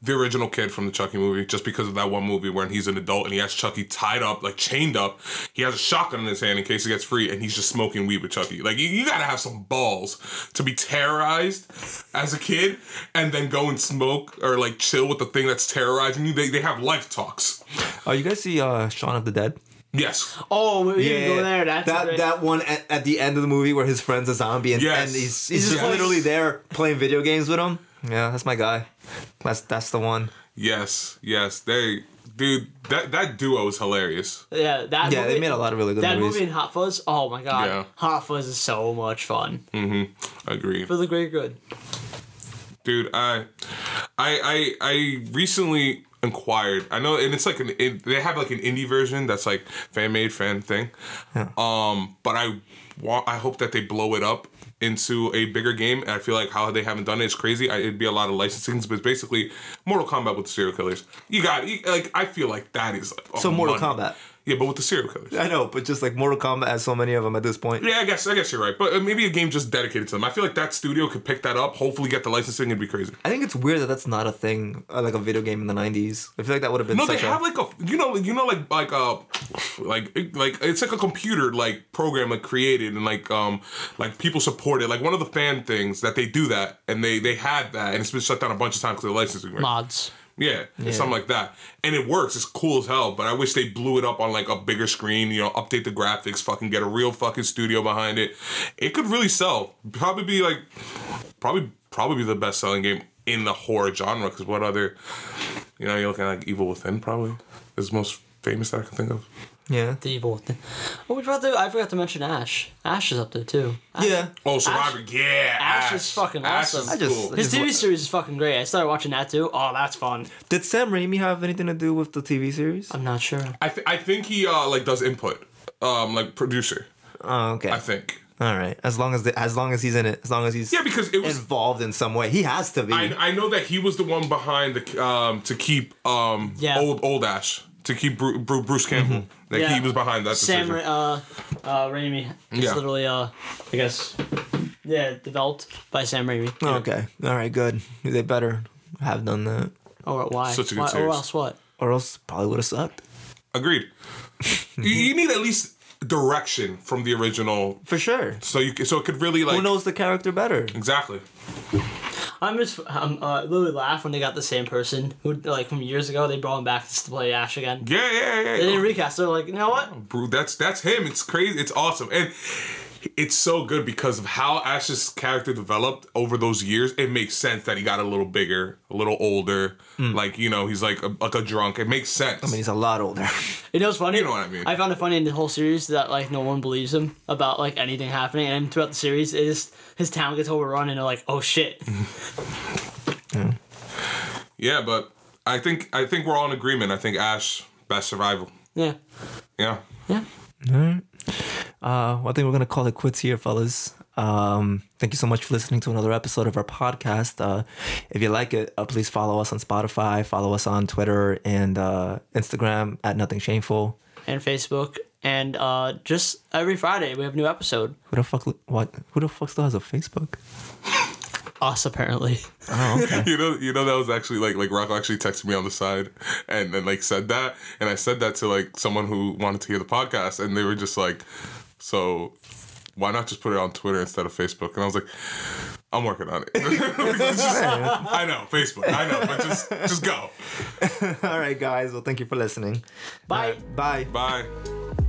Speaker 3: the original kid from the Chucky movie, just because of that one movie where he's an adult and he has Chucky tied up, like chained up. He has a shotgun in his hand in case he gets free, and he's just smoking weed with Chucky. Like you, you gotta have some balls to be terrorized as a kid and then go and smoke or like chill with the thing that's terrorizing you. They, they have life talks.
Speaker 1: Oh, you guys see uh Shaun of the Dead?
Speaker 3: Yes.
Speaker 2: oh, we didn't go there. That's
Speaker 1: that
Speaker 2: great.
Speaker 1: that one at, at the end of the movie where his friend's a zombie and,
Speaker 3: Yes.
Speaker 1: and he's, he's
Speaker 3: He's
Speaker 1: just
Speaker 3: just-
Speaker 1: literally there playing video games with him. Yeah, that's my guy. That's that's the one.
Speaker 3: Yes. Yes. They dude, that that duo is hilarious.
Speaker 2: Yeah, that.
Speaker 1: Yeah,
Speaker 2: movie,
Speaker 1: they made a lot of really good
Speaker 2: That
Speaker 1: movies.
Speaker 2: movie and Hot Fuzz. Oh my god,
Speaker 3: Yeah.
Speaker 2: Hot Fuzz is so much fun
Speaker 3: Agree.
Speaker 2: for the great good.
Speaker 3: dude i i i, I recently inquired i know and it's like an it, they have like an indie version that's like fan made fan thing um but i want i hope that they blow it up into a bigger game and i feel like how they haven't done it is crazy I, it'd be a lot of licensing but it's basically mortal kombat with serial killers you got you, like i feel like that is like,
Speaker 1: So
Speaker 3: a
Speaker 1: Mortal
Speaker 3: Oh, money.
Speaker 1: Kombat.
Speaker 3: yeah but with the serial killers
Speaker 1: I know, but just like Mortal Kombat has so many of them at this point.
Speaker 3: yeah, I guess I guess you're right, but uh, maybe a game just dedicated to them. I feel like that studio could pick that up. Hopefully, get the licensing. It'd be crazy.
Speaker 1: I think it's weird that that's not a thing, uh, like a video game in the '90s. I feel like that would have been
Speaker 3: No,
Speaker 1: such
Speaker 3: they
Speaker 1: a
Speaker 3: have like a you know you know like like uh like like it's like a computer like program like created and like um like people support it like one of the fan things that they do that and they they had that and it's been shut down a bunch of times because of licensing right
Speaker 2: Mods.
Speaker 3: yeah, and something like that and it works it's cool as hell but I wish they blew it up on like a bigger screen you know update the graphics fucking get a real fucking studio behind it it could really sell probably be like probably probably be the best selling game in the horror genre because what other you know you're looking at like evil within probably is the most famous that i can think of
Speaker 1: yeah,
Speaker 2: The evil thing. Oh, we forgot to, I forgot to mention Ash. Ash is up there too. Ash-
Speaker 1: yeah.
Speaker 3: oh survivor yeah
Speaker 2: Ash is fucking awesome.
Speaker 1: I just-
Speaker 3: cool.
Speaker 2: His TV
Speaker 1: Is what-
Speaker 2: series is fucking great. I started watching that too. Oh, that's fun.
Speaker 1: Did Sam Raimi have anything to do with the TV series?
Speaker 2: I'm not sure.
Speaker 3: I, th- I think he uh like does input um like producer
Speaker 1: Oh, okay.
Speaker 3: i think
Speaker 1: All right. As long as the, as long as he's in it, as long as he's
Speaker 3: yeah because it was
Speaker 1: involved in some way, he has to be.
Speaker 3: I, I know that he was the one behind the um to keep um
Speaker 2: Yeah. Mm-hmm.
Speaker 3: old old Ash to keep Bru- Bru- Bruce Campbell. Like
Speaker 2: Yeah.
Speaker 3: he was behind that
Speaker 2: Sam,
Speaker 3: decision.
Speaker 2: Ra- uh, uh, Raimi. It's
Speaker 3: Yeah.
Speaker 2: literally, uh, I guess, yeah, developed by Sam Raimi.
Speaker 1: Oh, Okay. All right. Good. They better have done that,
Speaker 2: Or why?
Speaker 3: Such a good
Speaker 2: why or
Speaker 3: series.
Speaker 2: else what?
Speaker 1: or else probably would have sucked.
Speaker 2: <laughs>
Speaker 3: Agreed. you, you need at least direction from the original,
Speaker 1: For sure.
Speaker 3: so you c- so it could really like
Speaker 1: Who knows the character better?
Speaker 3: exactly.
Speaker 2: I'm just I'm uh, literally laugh when they got the same person who like from years ago they brought him back to play Ash again.
Speaker 3: Yeah, yeah,
Speaker 2: They
Speaker 3: yeah.
Speaker 2: didn't
Speaker 3: yeah.
Speaker 2: recast. They're like, you know what?
Speaker 3: Bru- that's that's him. It's crazy. It's awesome and. It's so good because of how Ash's character developed over those years. It makes sense that he got a little bigger, a little older.
Speaker 2: Mm.
Speaker 3: Like you know, he's like a, like a drunk. It makes sense.
Speaker 1: I mean, he's a lot older.
Speaker 2: You know what's funny?
Speaker 3: You know what I mean.
Speaker 2: I found it funny in the whole series that like no one believes him about like anything happening, and throughout the
Speaker 3: <laughs> Mm-hmm.
Speaker 2: series, it is his town gets overrun, and they're like, oh shit.
Speaker 3: Yeah, but I think I think we're all in agreement. I think Ash best survival.
Speaker 2: Yeah.
Speaker 3: Yeah.
Speaker 2: Yeah.
Speaker 1: Uh, <laughs> well, I think we're gonna call it quits here, fellas. Um, thank you so much for listening to another episode of our podcast. Uh, if you like it, uh, please follow us on Spotify, follow us on Twitter and uh, Instagram at Nothing Shameful.
Speaker 2: And Facebook. And uh, just every Friday we have a new episode.
Speaker 1: Who the fuck? li- What? Who the fuck still has a <laughs> Facebook?
Speaker 2: Us apparently. <laughs>
Speaker 1: Oh, okay.
Speaker 3: You know, you know that was actually like like Rocco actually texted me on the side and then like said that, and I said that to like someone who wanted to hear the podcast, and they were just like, "So, why not just put it on Twitter instead of Facebook?" And I was like, "I'm working on it." <laughs> It's just- I know Facebook, I know, but just just go.
Speaker 1: All right, guys. Well, thank you for listening.
Speaker 2: Bye.
Speaker 1: Bye.
Speaker 3: Bye.